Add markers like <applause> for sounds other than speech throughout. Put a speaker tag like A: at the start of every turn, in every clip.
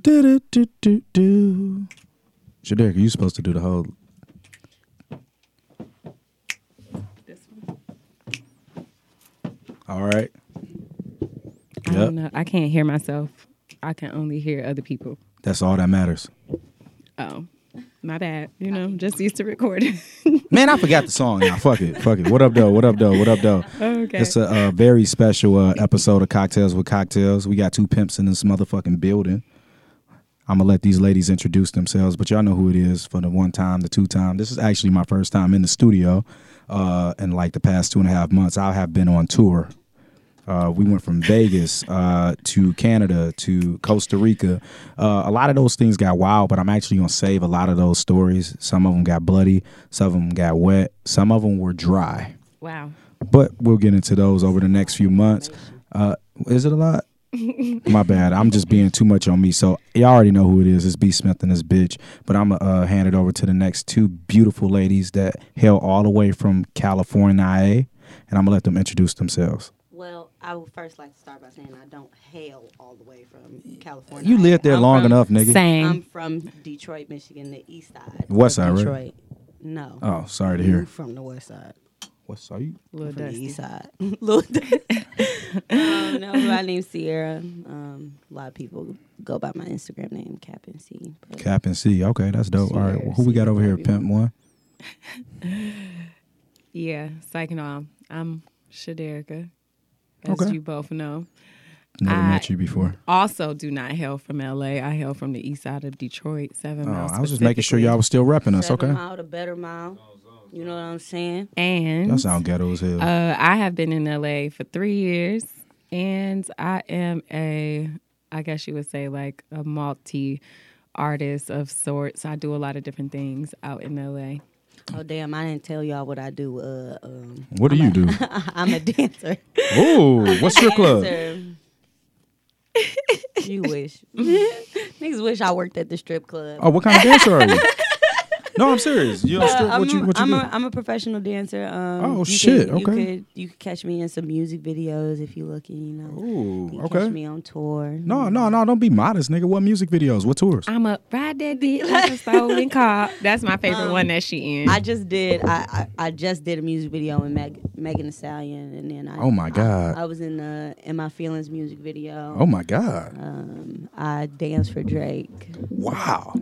A: Do do do do. Shaderica, you supposed to do the whole.
B: This one.
A: All right.
B: I
A: Yep.
B: don't know. I can't hear myself. I can only hear other people.
A: That's all that matters.
B: Oh, my bad. You know, I'm just used to recording. <laughs>
A: Man, I forgot the song now. Fuck it. Fuck it. What up, though? What up, though? What up, though?
B: okay.
A: It's a, uh very special uh, episode of Cocktails with Cocktails. We got two pimps in this motherfucking building. I'm gonna let these ladies introduce themselves, but y'all know who it is for the one time, the two time. This is actually my first time in the studio uh, in like the past two and a half months. I have been on tour. Uh, we went from Vegas uh, to Canada to Costa Rica. Uh, a lot of those things got wild, but I'm actually gonna save a lot of those stories. Some of them got bloody, some of them got wet, some of them were dry
B: wow.
A: but we'll get into those over the next few months. Uh, is it a lot? My bad. I'm just being too much on me. So y'all already know who it is. It's B Smith and this bitch. But I'm gonna uh, hand it over to the next two beautiful ladies that hail all the way from California, and I'm gonna let them introduce themselves.
C: Well, I would first like to start by saying I don't hail all the way from California.
A: You lived there
C: I'm
A: long
C: from-
A: enough, nigga.
B: Same.
C: I'm from Detroit, Michigan, the east side.
A: West
C: of
A: side, right?
C: Detroit. No.
A: Oh, sorry to hear.
C: I'm from the west side.
A: What's up? You?
B: Little
C: From the
B: dusty.
C: east side. <laughs> Little Dusty. um, no, my name's Sierra. Um, a lot of people go by my Instagram name, Cap and C. but
A: Cap and C. Okay, that's dope. All right, well, who we got over here? Pimp one.
B: Yeah, psyching off. I'm Shaderica, as
A: Okay.
B: you both know.
A: Never
B: I-
A: met you before.
B: Also, do not hail from LA. I hail from the east side of Detroit, seven
A: Oh,
B: miles.
A: I was just making sure
B: specifically.
A: y'all was still repping us.
C: Seven
A: Okay,
C: mile to better mile. You know what I'm saying?
B: And
A: that sound ghetto as hell.
B: Uh, I have been in LA for three years, and I am a, I guess you would say, like a multi artist of sorts. I do a lot of different things out in LA.
C: Oh damn! I didn't tell y'all what I do. Uh, um, <laughs>
A: what do you do?
C: I'm a dancer.
A: Ooh, what's
C: <laughs>
A: your club?
C: you <laughs> wish. Mm-hmm. Niggas wish I worked at the strip club.
A: Oh, what kind of dancer are you? no, I'm serious. You a strip,
C: I'm,
A: Oh, what you what you
C: I'm
A: do?
C: a, I'm a professional dancer. Um,
A: Oh,
C: you
A: shit,
C: could-
A: okay.
C: You could, you could catch me in some music videos if you looking. You know. You
A: Ooh,
C: can
A: okay.
C: Catch me on tour.
A: No, no, no, don't be modest, nigga. What music videos? What tours?
B: I'm a ride that dick like a stolen car. That's my favorite one that she in.
C: I just did. I, I, I just did a music video with Meg, Megan Thee Stallion, and then I.
A: Oh my God.
C: I, I was in the In My Feelings music video.
A: Oh my god! Oh.
C: Um, I danced for Drake.
A: Wow.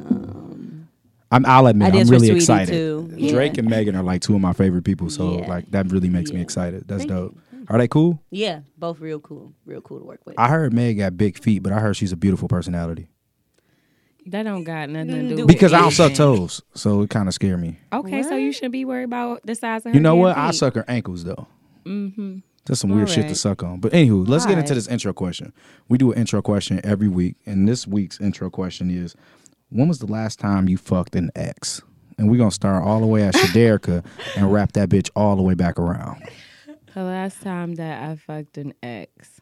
A: I'm, I'll admit,
C: um, I
A: I'm
C: did for
A: really
C: Sweetie,
A: excited.
C: too. Yeah.
A: Drake and Megan are like two of my favorite people, so
C: Yeah.
A: like that really makes me
C: Yeah.
A: excited. That's
C: Thank
A: dope. Are they cool?
C: Yeah, both real cool. Real cool to work with.
A: I heard Meg got big feet, but I heard she's a beautiful personality.
B: that don't got nothing to do
A: Because
B: with
A: I don't suck
B: anything.
A: toes, so it kind of scared me.
B: Okay, so you shouldn't be worried about the size of her
A: You know what?
B: damn
A: I
B: feet.
A: suck her ankles though.
B: Mhm.
A: That's some weird shit to
C: Alright.
A: suck on. But anywho, let's get into
C: Alright.
A: this intro question. We do an intro question every week, and this week's intro question is: When was the last time you fucked an ex? And we're gonna start all the way at Shaderica and wrap that bitch all the way back around.
B: The last time that I fucked an ex.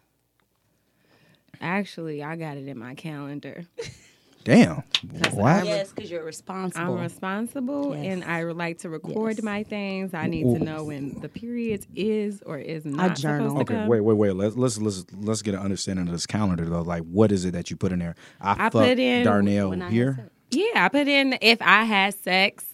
B: Actually, I got it in my calendar.
A: Damn. What?
C: yes, because you're responsible.
B: I'm responsible
C: Yes.
B: and I like to record
C: Yes.
B: my things. I need to know when the periods is or is not.
C: I journal.
B: supposed to
A: Okay,
B: come.
A: wait, wait, wait. Let's let's let's let's get an understanding of this calendar though. Like, what is it that you put in there? I,
B: I
A: fucked
B: put in
A: Darnell
C: when I had
A: here.
C: sex.
B: Yeah, I put in if I had sex,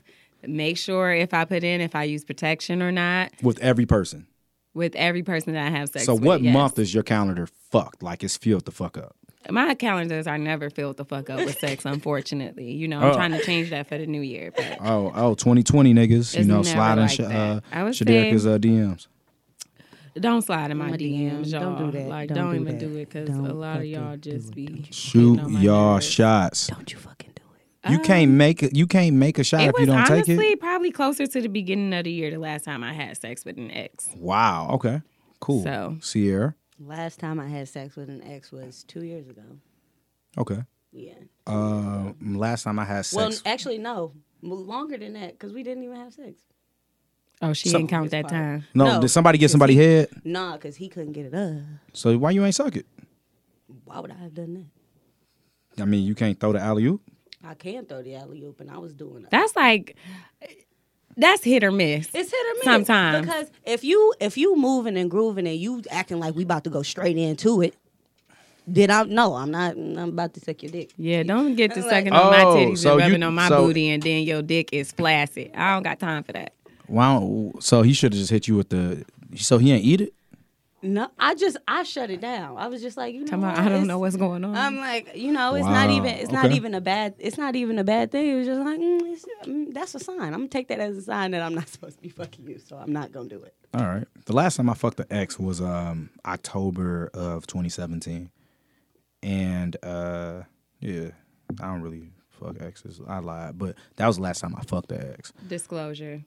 B: make sure if I put in if I use protection or not
A: With every person.
B: with every person that I have sex
A: so,
B: with.
A: what
B: yes.
A: month is your calendar fucked? Like, it's filled the fuck up.
B: My calendars are never filled the fuck up with sex, unfortunately. You know, I'm
A: Oh.
B: trying to change that for the new year. But
A: Oh, oh, 2020 niggas, you
B: It's
A: know,
B: never
A: sliding
B: like
A: sh-
B: that. I
A: uh,
B: would
A: Shaderica's
B: say-
A: uh, DMs.
B: Don't slide in my,
C: My
B: DMs,
C: DMs,
B: y'all.
C: don't do that.
B: Like,
C: Don't
B: don't,
C: do
B: even
C: that.
B: do it because a
C: Don't
B: lot of
C: fucking
B: y'all
C: do
B: just
C: it.
B: be getting
A: Shoot
B: on my
A: y'all
B: nerves.
A: shots.
C: Don't you fucking do it.
A: You can't make it. You can't make a shot
B: It
A: if you
B: was
A: don't
B: honestly
A: take it.
B: probably closer to the beginning of the year the last time I had sex with an ex.
A: Wow. Okay. Cool.
B: So-
A: Sierra.
C: Last time I had sex with an ex was two years ago.
A: Okay.
C: Yeah.
A: Uh, last time I had sex.
C: Well, actually, no. M- Longer than that, because we didn't even have sex.
B: Oh, she
A: So-
B: didn't count that time.
A: no,
C: no,
A: Did somebody get
C: it's
A: somebody
C: he-
A: head?
C: Nah, because he couldn't get it up.
A: So why you ain't suck it?
C: Why would I have done that?
A: I mean, you can't throw the alley oop.
C: I can throw the alley oop, and I was doing it.
B: That's like, that's hit or miss.
C: It's hit or miss.
B: Sometimes.
C: because if you if you moving and grooving and you acting like we about to go straight into it,
D: Did I? No, I'm not. I'm about to suck your dick.
B: Yeah, don't get to
D: Like-
B: sucking on my
A: Oh,
B: titties
A: so
B: and
A: you-
B: rubbing on my
A: so-
B: booty, and then your dick is flaccid. I don't got time for that.
A: Wow. So he should have just hit you with the. So he ain't eat it.
D: No, I just I shut it down. I was just like, you know,
B: Come on,
D: what?
B: I don't
D: It's-
B: know what's going on.
C: Um,
D: I'm like, you know, it's not
A: Mm. Wow.
D: even it's not
A: Okay.
D: even a bad it's not even a bad thing. It was just like mm, it's, mm, that's a sign. I'm gonna take that as a sign that I'm not <laughs> supposed to be fucking you, so I'm not gonna do it.
A: All right. The last time I fucked an ex was um October of 2017, and uh yeah, I don't really fuck exes. I lied, but that was the last time I fucked an ex.
B: Disclosure.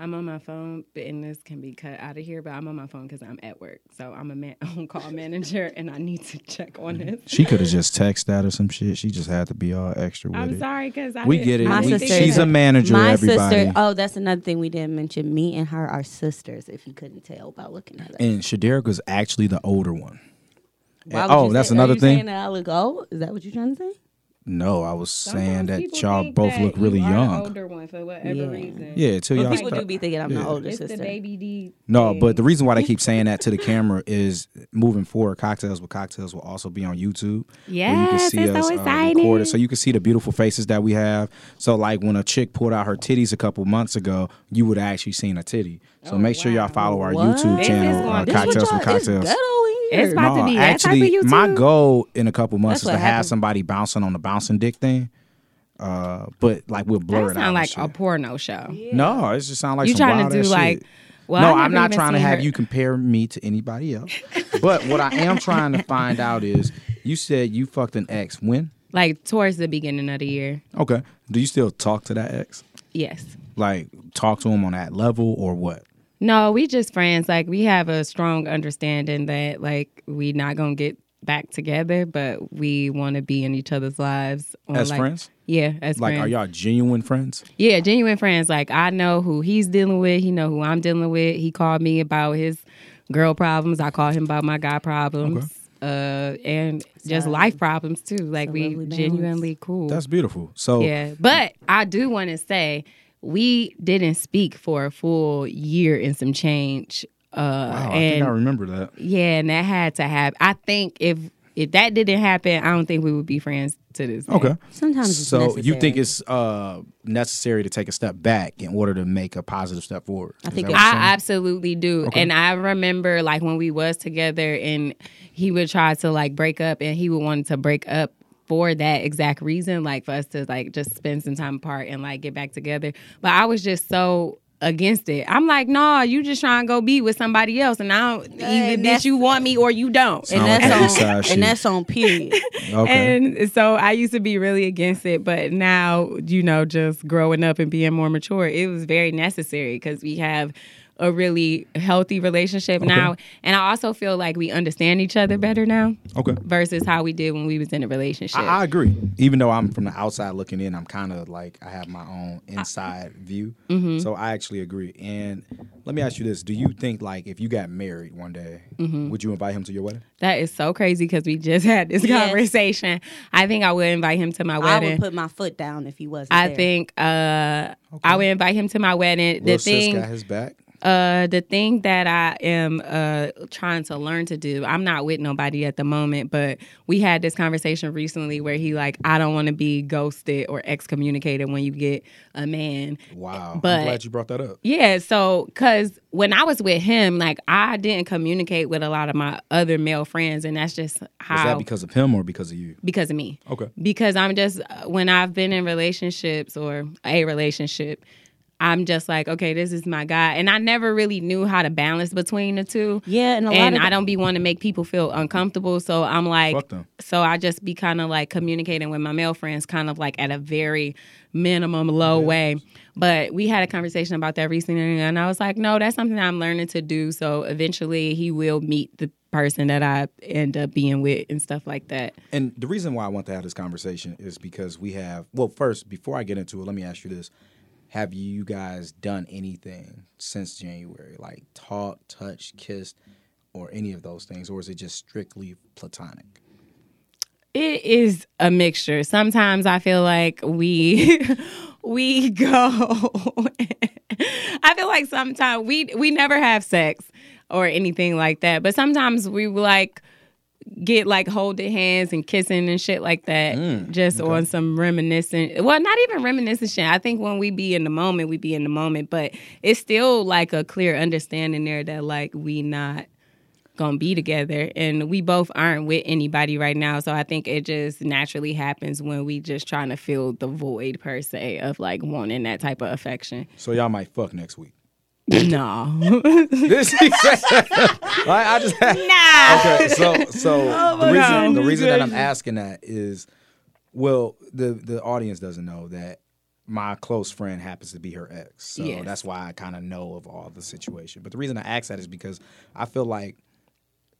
B: I'm on my phone, but and this can be cut out of here, but I'm on my phone because I'm at work. So I'm a man <laughs> on call manager and I need to check on this.
A: She could have just texted that or some shit. She just had to be all extra with
B: I'm
A: it.
B: sorry because I
A: We
B: didn't-
A: get it.
B: I
A: We-
B: didn't think
A: she's a
B: that-
A: manager.
D: My
A: everybody.
D: sister.
B: uh,
D: Oh, that's another thing we didn't mention. Me and her are sisters. If you couldn't tell by looking at us.
A: And Shaderica's actually the older one.
D: Why
A: And-
D: would
A: oh,
D: you say-
A: that's
D: are
A: another
D: you
A: thing?
D: Saying that I look old? Is that what you're trying to say?
A: No, I was saying
B: Sometimes
A: that
B: people
A: y'all
B: think
A: both
B: that
A: look really
B: you are the
A: young.
B: older one for whatever
D: Yeah.
B: reason.
A: Yeah, till y'all
D: But people
A: start-
D: do be thinking I'm the older
B: It's
D: sister.
B: the baby D.
A: No,
B: thing.
A: but the reason why they keep saying that to the
B: <laughs>
A: camera is moving forward, cocktails with cocktails will also be on YouTube. where
B: Yes, it's so exciting.
A: recorded. uh, So you can see the beautiful faces that we have. So like when a chick pulled out her titties a couple months ago, you would have actually seen a titty. So make sure y'all follow our YouTube
B: This is
A: channel,
B: going-
A: uh,
B: This Oh, what
A: cocktails with cocktails.
B: It's about to
A: No,
B: be that type of
A: actually, my
B: YouTube.
A: goal in a couple
D: That's
A: months is
D: what
A: to have
D: happened.
A: somebody bouncing on the bouncing dick thing. Uh, but like we'll blur
B: That
A: it out.
B: sound like
A: and
B: a
A: shit.
B: porno show.
A: No, it just sound like
B: you
A: some
B: trying
A: wild
B: to do
A: ass
B: like?
A: shit.
B: Well,
A: no,
B: I
A: I'm
B: never
A: not
B: even
A: trying to
B: seen
A: have
B: her-
A: you compare me to anybody else. but what I am trying to find out is you said you fucked an ex when?
B: like towards the beginning of the year.
A: Okay. Do you still talk to that ex?
B: Yes.
A: Like talk to him on that level or what?
B: No, we just friends. Like we have a strong understanding that like we not gonna get back together, but we want to be in each other's lives on,
A: As
B: like-
A: friends?
B: Yeah, as
A: Like
B: friends.
A: are y'all genuine friends?
B: Yeah, genuine friends. Like I know who he's dealing with. He know who I'm dealing with. He called me about his girl problems. I called him about my guy problems. Uh, and just life problems too. Like
D: a
B: we
D: lovely balance.
B: genuinely cool.
A: That's beautiful. So
B: yeah, but I do want to say we didn't speak for a full year and some change. Uh,
A: wow, oh, I
B: and
A: think I remember that.
B: yeah, and that had to happen. I think if if that didn't happen, I don't think we would be friends to this. day.
A: Okay.
D: Sometimes it's
A: So you
D: necessary.
A: think it's uh, necessary to take a step back in order to make a positive step forward? I
D: think it-
B: I absolutely do. And I remember like when we was together and he would try to like break up and he would want to break up for that exact reason, like for us to like just spend some time apart and like get back together. But I was just so against it. I'm like, no, you just trying to go be with somebody else and I don't either
D: and
B: that
D: that's-
B: you want me or you don't.
A: Sound
D: And
A: like
D: that's
A: that
D: on,
A: east side
D: and
A: shit.
D: that's on <laughs> period.
A: okay.
B: And so I used to be really against it, but now, you know, just growing up and being more mature, it was very necessary because we have a really healthy relationship now. And I also feel like we understand each other better now
A: okay.
B: versus how we did when we was in a relationship.
A: I, I agree. Even though I'm from the outside looking in, I'm kind of like I have my own inside view.
B: Mm-hmm.
A: So I actually agree. And let me ask you this: Do you think like if you got married one day,
B: Mm-hmm.
A: would you invite him to your wedding?
B: that is so crazy because we just <laughs> had this
D: Yes.
B: conversation. I think I would invite him to my
D: I
B: wedding.
D: would put my foot down if he wasn't.
B: I
D: there.
B: think uh, I would invite him to my wedding.
A: Lil
B: the thing
A: sis got his back.
B: Uh, the thing that I am uh trying to learn to do, I'm not with nobody at the moment, but we had this conversation recently where he like, I don't want to be ghosted or excommunicated when you get a man.
A: Wow.
B: But-
A: I'm glad you brought that up.
B: Yeah, so cuz when I was with him, like I didn't communicate with a lot of my other male friends and that's just
A: Was
B: how
A: that because of him or because of you?
B: because of me
A: Okay.
B: because I'm just when I've been in relationships or a relationship, I'm just like, okay, this is my guy, and I never really knew how to balance between the two.
D: Yeah, and a lot
B: and
D: of
B: I
D: the-
B: don't be wanting to make people feel uncomfortable, so I'm like,
A: Fuck them.
B: so I just be kind of like communicating with my male friends, kind of like at a very minimum low way. But we had a conversation about that recently, and I was like, no, that's something I'm learning to do. So eventually, he will meet the person that I end up being with and stuff like that.
A: And the reason why I want to have this conversation is because we have, well, first, before I get into it, let me ask you this. Have you guys done anything since January? Like talked, touched, kissed, or any of those things? Or is it just strictly platonic?
B: It is a mixture. Sometimes I feel like we <laughs> we go. <laughs> I feel like sometimes we we never have sex or anything like that, but sometimes we like get like holding hands and kissing and shit like that, just on some reminiscent. Well, not even reminiscent shit. I think when we be in the moment, we be in the moment, but it's still like a clear understanding there that like we not gonna be together and we both aren't with anybody right now so i think it just naturally happens when we just trying to fill the void per se of like wanting that type of
A: <laughs>
B: affection
A: So y'all might fuck next week.
B: no
A: <laughs> This he said- <laughs> I, I just
B: <laughs> nah
A: okay. So so the reason
B: Oh God.
A: the reason that I'm asking that is, well, the the audience doesn't know that my close friend happens to be her ex, so
B: Yes.
A: that's why I kind of know of all the situation. But the reason I ask that is because I feel like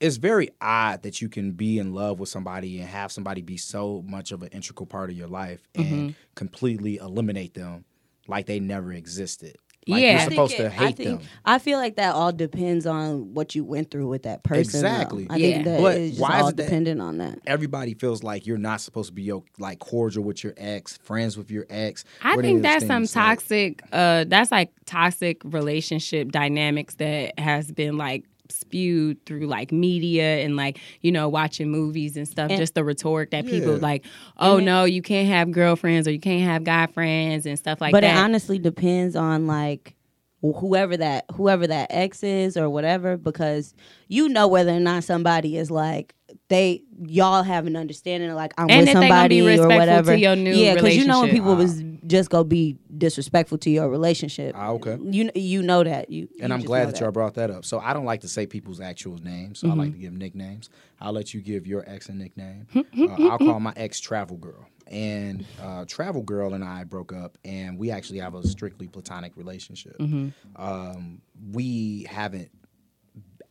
A: it's very odd that you can be in love with somebody and have somebody be so much of an integral part of your life and
B: Mm-hmm.
A: completely eliminate them like they never existed. Like
B: Yeah. I
A: you're
B: think
A: supposed to
D: it- I
A: hate
D: think,
A: them.
D: I feel like that all depends on what you went through with that person. though.
A: Exactly.
D: I
B: Yeah.
D: think that
A: But
D: it's just
A: why is
D: all
A: it that-
D: dependent on that.
A: everybody feels like you're not supposed to be your, like cordial with your ex, friends with your ex.
B: I
A: What are
B: think
A: those
B: that's some
A: things, like-
B: toxic. Uh, that's like toxic relationship dynamics that has been like spewed through like media and like you know watching movies and stuff. just the rhetoric that people
A: Yeah.
B: like, oh no, you can't have girlfriends or you can't have guy friends and stuff like
D: but
B: that.
D: it honestly depends on like wh- whoever that whoever that ex is or whatever because you know whether or not somebody is like they y'all have an understanding of like I'm
B: And
D: with
B: that they gonna
D: somebody
B: be
D: or
B: respectful to
D: whatever.
B: your new
D: yeah, you know when
B: relationship. Ah.
D: people was just gonna be disrespectful to your relationship.
A: Ah, okay.
D: You you know that you.
A: And
D: you
A: I'm
D: just
A: glad
D: know
A: that, y'all brought that up. So I don't like to say people's actual names. So I
B: Mm-hmm.
A: like to give nicknames. I'll let you give your ex a nickname.
B: <laughs>
A: uh, I'll call my ex Travel Girl. And uh, Travel Girl and I broke up, and we actually have a strictly platonic relationship.
B: Mm-hmm.
A: Um, we haven't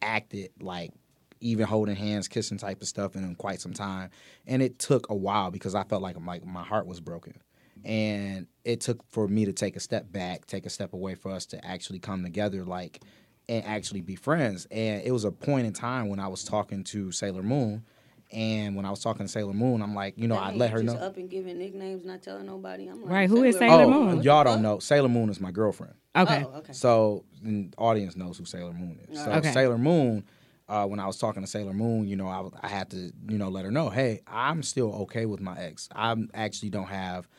A: acted like even holding hands, kissing type of stuff in quite some time. And it took a while because I felt like my, my heart was broken. And it took for me to take a step back, take a step away for us to actually come together like and actually be friends. And it was a point in time when I was talking to Sailor Moon. And when I was talking to Sailor Moon, I'm like, you know, I let her know.
D: up and giving nicknames, not telling nobody. I'm like,
B: Right, who is Sailor
A: oh,
B: Moon?
A: y'all don't know. Sailor Moon is my girlfriend.
B: okay.
D: Oh, okay.
A: So the audience knows who Sailor Moon is. So
B: Okay.
A: Sailor Moon, uh, when I was talking to Sailor Moon, you know, I, was- I had to, you know, let her know, hey, I'm still okay with my ex. I actually don't have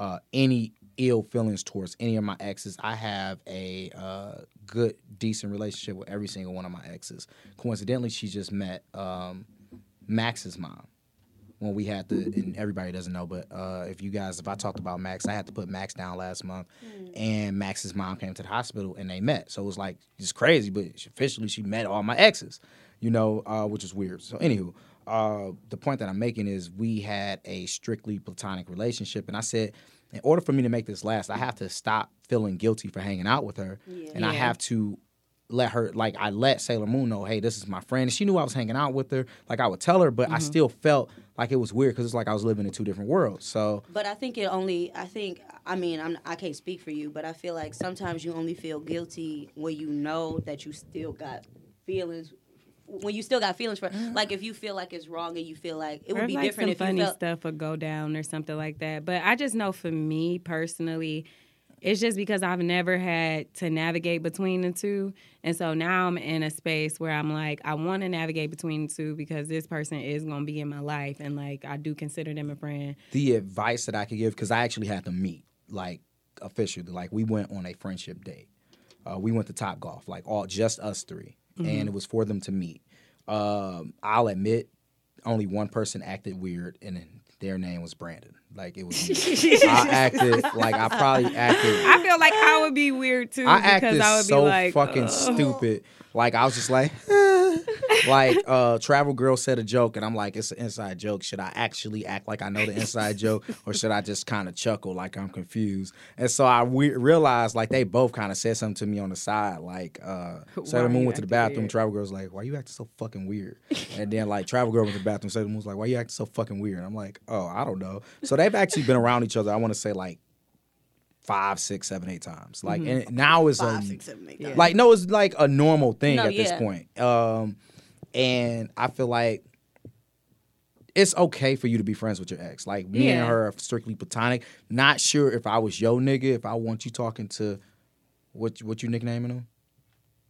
A: uh, any ill feelings towards any of my exes. I have a uh, good, decent relationship with every single one of my exes. Coincidentally, she just met um, Max's mom when we had to, and everybody doesn't know, but uh, if you guys, if I talked about Max, I had to put Max down last month, and Max's mom came to the hospital and they met. So it was like it's crazy, but she, officially she met all my exes, you know, uh, which is weird. So anywho, uh, the point that I'm making is we had a strictly platonic relationship, and I said, in order for me to make this last, I have to stop feeling guilty for hanging out with her, and I
B: Yeah.
A: have to let her like I let Sailor Moon know, hey, this is my friend. And she knew I was hanging out with her. Like I would tell her, but I still felt like it was weird because it's like I was living in two different worlds. So
D: But I think it only. I think. I mean, I'm. I can't speak for you, but I feel like sometimes you only feel guilty when you know that you still got feelings. When you still got feelings
B: <gasps>
D: for, like, if you feel like it's wrong and you feel like it would
B: Or
D: be
B: like
D: different
B: some
D: if
B: funny
D: you felt.
B: stuff would go down or something like that. But I just know for me personally, it's just because I've never had to navigate between the two, and so now I'm in a space where I'm like, I want to navigate between the two because this person is going to be in my life, and like I do consider them a friend.
A: the advice that I could give, because I actually had to meet, like officially, like we went on a friendship date. Uh, we went to Top Golf, like all just us 3 and it was for them to meet. Um, I'll admit, only one person acted weird, and their name was Brandon. Like it was, weird. I acted like I probably acted.
B: I feel like I would be weird too
A: I
B: <laughs> because
A: acted
B: I would
A: so
B: be like,
A: fucking
B: "Ugh."
A: stupid. Like I was just like, <laughs> like uh, travel girl said a joke, and I'm like, it's an inside joke. Should I actually act like I know the inside joke, or should I just kind of chuckle like I'm confused? And so I we- realized like they both kind of said something to me on the side. Like
B: <laughs>
A: uh, Sailor
B: are
A: Moon
B: you
A: went to the
B: acting
A: bathroom.
B: weird?
A: Travel girl's like, why you acting so fucking weird? And then like travel girl went to the bathroom. Sailor Moon's like, why you acting so fucking weird? And I'm like, oh, I don't know. So they've actually been around each other. I want to say like five, six, seven, eight times. Like
B: Mm-hmm.
A: and now it's a like no, it's like a normal thing
D: No,
A: at this
D: yeah.
A: point. Um, and I feel like it's okay for you to be friends with your ex. Like me
B: Yeah.
A: and her are strictly platonic. Not sure if I was yo nigga, if I want you talking to what what you nicknaming him?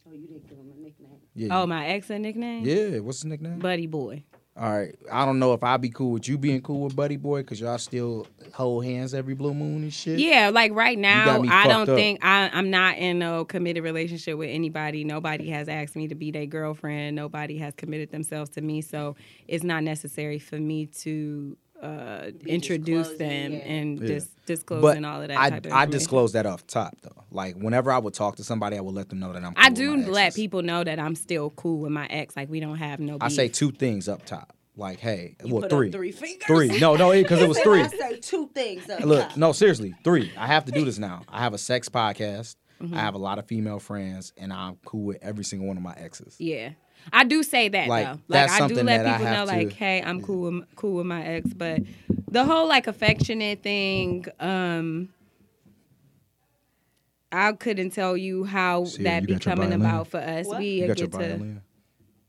D: Oh, you didn't give him a nickname.
A: Yeah.
B: Oh, my ex a nickname,
A: yeah, what's his nickname?
B: Buddy Boy.
A: all right, I don't know if I'd be cool with you being cool with Buddy Boy because y'all still hold hands every blue moon and shit.
B: Yeah, like right now,
A: me
B: I don't
A: fucked up.
B: think I, I'm not in a committed relationship with anybody. Nobody has asked me to be their girlfriend. Nobody has committed themselves to me, so it's not necessary for me to uh, introduce
C: disclosing,
B: them
C: yeah.
B: and dis- disclose
A: But
B: and all of that.
A: I
B: type of
A: I
B: information.
A: disclose that off top though. Like whenever I would talk to somebody, I would let them know that I'm. Cool
B: I
A: with
B: do
A: my
B: let
A: exes.
B: people know that I'm still cool with my ex. Like we don't have no. Beef.
A: I say two things up top. Like hey, well
C: Put
A: three,
C: Up three
D: <laughs>
C: fingers.
A: three. No, no, because
B: <laughs>
A: it was three.
C: I say two things. Up
A: Look,
C: top.
A: no, seriously, three. I have to do this now. I have a sex podcast.
B: Mm-hmm.
A: I have a lot of female friends, and I'm cool with every single one of my exes.
B: Yeah. I do say that
A: Like,
B: though. Like
A: that's
B: I do
A: something
B: let
A: that I
B: people know,
A: have
B: like,
A: to-
B: hey, I'm cool, with, cool with my ex, but the whole like affectionate thing, um, I couldn't tell you how
E: See,
B: that
E: you
B: be
E: got your
B: coming
E: violin.
B: about for us.
C: What?
B: We
A: You got your
B: get to
A: violin.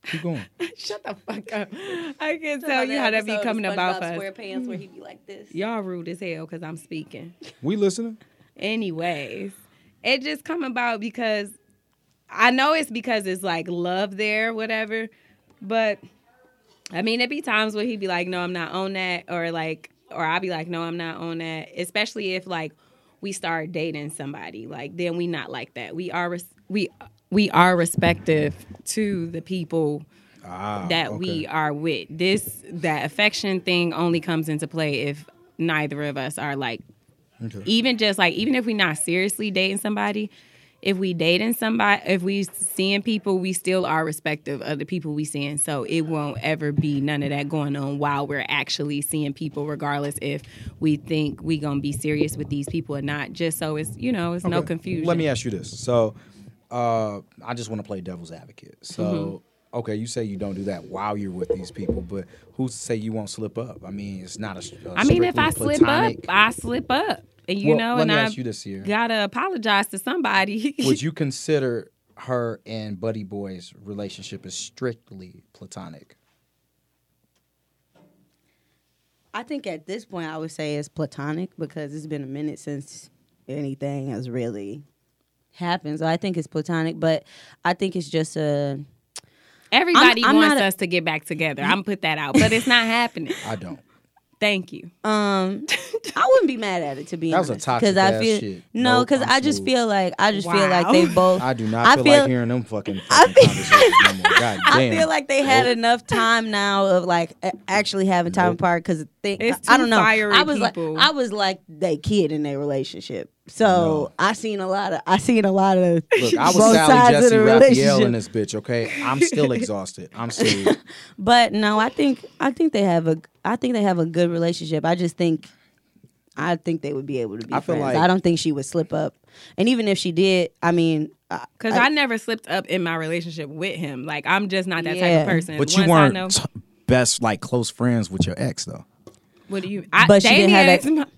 A: Keep going.
B: <laughs> shut the fuck up. I can't
C: Remember
B: tell you how that be
C: episode of
B: coming about for
C: SpongeBob
B: us.
C: SquarePants where he be like this.
B: Y'all rude as hell because I'm speaking.
E: We listening?
B: anyways it just come about because i know it's because it's like love there whatever but i mean it be times where he'd be like no i'm not on that or like or i'd be like no i'm not on that especially if like we start dating somebody like then we not like that we are res- we we are respective to the people
A: Ah,
B: that
A: okay.
B: we are with. This that affection thing only comes into play if neither of us are like even just like even if we're not seriously dating somebody, if we dating somebody, if we seeing people, we still are respective of the people we seeing. So it won't ever be none of that going on while we're actually seeing people, regardless if we think we gonna be serious with these people or not. Just so it's you know it's no
A: Okay.
B: confusion.
A: Let me ask you this. So, uh, I just want to play devil's advocate. So,
B: Mm-hmm.
A: okay, you say you don't do that while you're with these people, but who's to say you won't slip up? I mean, it's not a. a
B: I mean, if
A: strictly
B: I slip up,
A: platonic-
B: I slip up, and you
A: Well,
B: know,
A: let
B: and
A: me
B: I
A: ask you this here.
B: gotta apologize to somebody.
C: <laughs>
A: would you consider her and Buddy Boy's relationship as strictly platonic?
C: I think at this point I would say it's platonic because it's been a minute since anything has really happened. So I think it's platonic, but I think it's just a
B: <laughs> Everybody
C: I'm- I'm
B: wants
C: not a-
B: us to get back together. I'm put that out, but it's not happening.
A: I don't.
B: Thank you.
C: um I wouldn't be mad at it to be
A: That was a
C: honest
A: toxic
C: I
A: ass
C: feel
A: shit.
C: no
A: Nope,
C: cuz
A: I'm
C: I just
A: smooth.
C: feel like I just feel like
B: Wow.
C: they both
A: I do not
C: I
A: feel,
C: feel-
A: like hearing them fucking, fucking conversations no more. God
C: <laughs> I
A: damn.
C: feel like they had enough time now of like a- actually having time apart because
B: It's
C: I
B: two
C: don't know.
B: fiery
C: I was
B: people.
C: like I was like they kid in their relationship, so I seen a lot of I seen a lot of
A: Look, I was
C: both
A: Sally
C: sides of
A: Jesse
C: the
A: Raphael in
C: relationship.
A: this bitch, okay? I'm still exhausted. I'm
C: <laughs>
A: still
C: But no, I think I think they have a I think they have a good relationship. I just think I think they would be able to be
A: I feel
C: friends.
A: like-
C: I don't think she would slip up, and even if she did, I mean, uh, I,
B: Because I, never slipped up in my relationship with him. Like I'm just not that type
C: Yeah.
B: of person.
A: But you
B: Once
A: weren't
B: I know,
A: t- best like close friends with your ex though.
B: what do you? I,
C: But she
B: dating
C: didn't have that-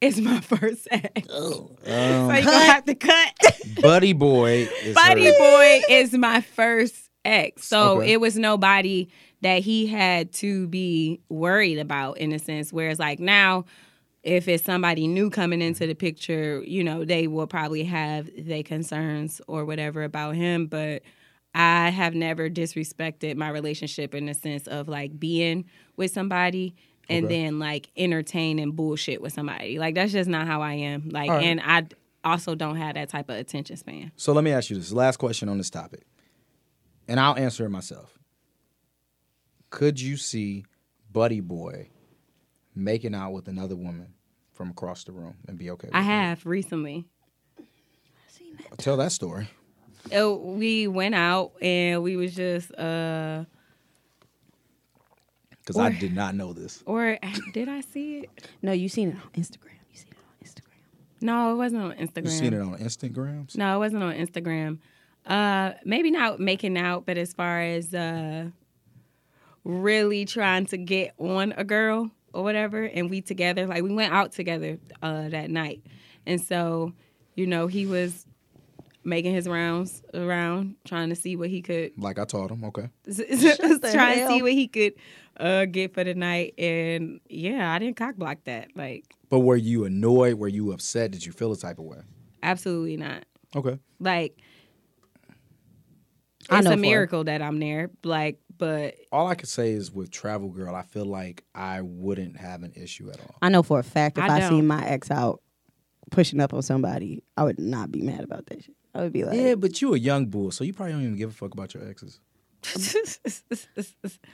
B: is my, is my <laughs> first act.
A: Oh.
B: so you gonna have to cut.
A: Buddy boy is
B: Buddy
A: her-
B: Boy is my first ex. So
A: Okay.
B: it was nobody that he had to be worried about in a sense. Whereas like now, if it's somebody new coming into the picture, you know, they will probably have their concerns or whatever about him. But I have never disrespected my relationship in the sense of like being with somebody and then like entertaining bullshit with somebody. Like that's just not how I am. Like
A: right.
B: and I d- also don't have that type of attention span.
A: So let me ask you this last question on this topic. And I'll answer it myself. Could you see Buddy Boy making out with another woman from across the room and be okay? With
B: I have recently.
A: It? Tell that story.
B: Uh, we went out and we was just uh
A: Because I did not know this.
B: or <laughs> did I see it?
C: no, you seen it on Instagram. You seen it on Instagram.
B: No, it wasn't on Instagram.
A: You seen it on Instagrams?
B: No, it wasn't on Instagram. Uh maybe not making out, but as far as uh really trying to get on a girl or whatever and we together, like we went out together uh that night. And so, you know, he was making his rounds around trying to see what he could
A: Like I taught him, okay.
B: <laughs>
C: the
B: trying to see
C: hell?
B: what he could uh, get for the night. And yeah, I didn't cock block that. Like,
A: But were you annoyed? Were you upset? Did you feel a type of way?
B: absolutely not.
A: Okay.
B: Like,
C: I
B: it's
C: know
B: a
C: for-
B: miracle that I'm there. Like, but <laughs>
F: All I could say is with Travel Girl, I feel like I wouldn't have an issue at all.
C: I know for a fact if
B: I
C: I,
B: don't.
C: seen my ex out pushing up on somebody, I would not be mad about that shit. I would be like,
F: Yeah, but you a young bull, so you probably don't even give a fuck about your exes.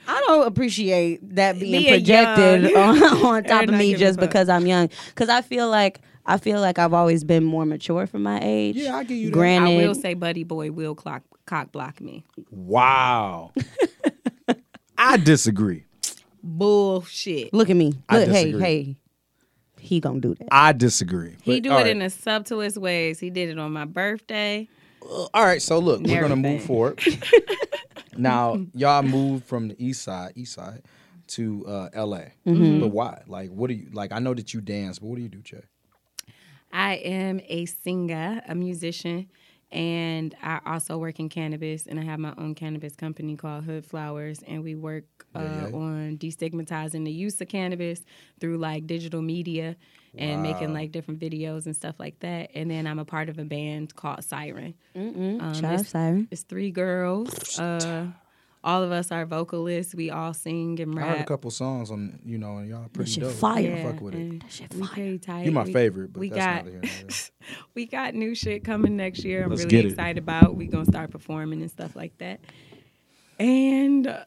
C: I don't appreciate that being
B: Being
C: projected
B: young. <laughs>
C: on, on top
B: And
C: of
B: not
C: me
B: give a
C: just
B: fuck.
C: because I'm young. Because I feel like I feel like I've always been more mature for my age.
F: Yeah, I give you that.
C: Granted,
B: I will say, buddy boy will clock cock block me.
F: Wow. I disagree.
B: Bullshit.
C: look at me.
F: I
C: Look, hey,
F: disagree.
C: hey, he gonna do that.
F: I disagree.
B: He
F: But,
B: do it
F: all right.
B: in the subtlest ways. He did it on my birthday.
F: Uh, all right, so look, we're gonna move
B: Everything.
F: forward.
B: <laughs>
F: now, y'all moved from the east side, east side, to uh, L.A.
B: Mm-hmm.
F: But why? Like, what do you like? I know that you dance, but what do you do, Jay?
B: I am a singer, a musician, and I also work in cannabis. And I have my own cannabis company called Hood Flowers, and we work uh,
F: Yeah, yeah.
B: on destigmatizing the use of cannabis through like digital media and making like different videos and stuff like that. And then I'm a part of a band called Siren. Um,
C: Shout out
B: it's-
C: Siren.
B: It's three girls. Uh, all of us are vocalists. We all sing and rap.
F: I heard a couple songs on, you know, and y'all pretty
C: shit
F: dope.
C: fire.
F: I fuck with it.
B: and We pretty tight.
F: You my
B: We-
F: favorite, but
B: we
F: that's
B: got
F: neither here nor there.
B: <laughs> we got new shit coming next year. I'm
A: Let's get
B: really
A: it.
B: excited about. We gonna start performing and stuff like that. And uh,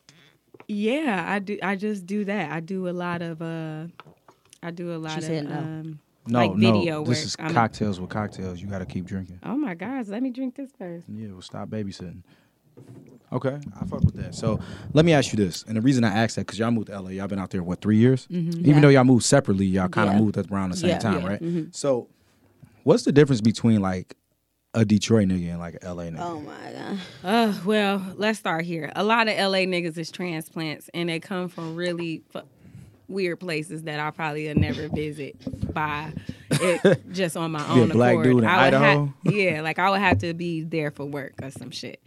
B: yeah, I do. I just do that. I do a lot of. uh I do a lot
C: She
B: of.
C: said no.
B: um,
A: No,
B: like
A: no.
B: video
A: this
B: work.
A: is
B: I'm-
A: cocktails with cocktails. You got to keep drinking.
B: oh my gosh, let me drink this first.
A: Yeah, well, stop babysitting. Okay, I fuck with that. So let me ask you this, and the reason I asked that because y'all moved to LA, y'all been out there what three years? Even
C: Mm-hmm. Yeah.
A: though y'all moved separately, y'all kind of
C: Yeah.
A: moved at around the same
C: Yeah, Mm-hmm.
A: time,
C: yeah,
A: right? So, what's the difference between like a Detroit nigga and like a LA nigga?
C: Oh my god.
B: Uh, well, let's start here. A lot of LA niggas is transplants, and they come from really fu- weird places that I probably will never visit by it,
A: <laughs>
B: just on my
A: Be a
B: own
A: black
B: accord.
A: dude in
B: I would ha-
A: Idaho?
B: yeah, like I would have to be there for work or some shit.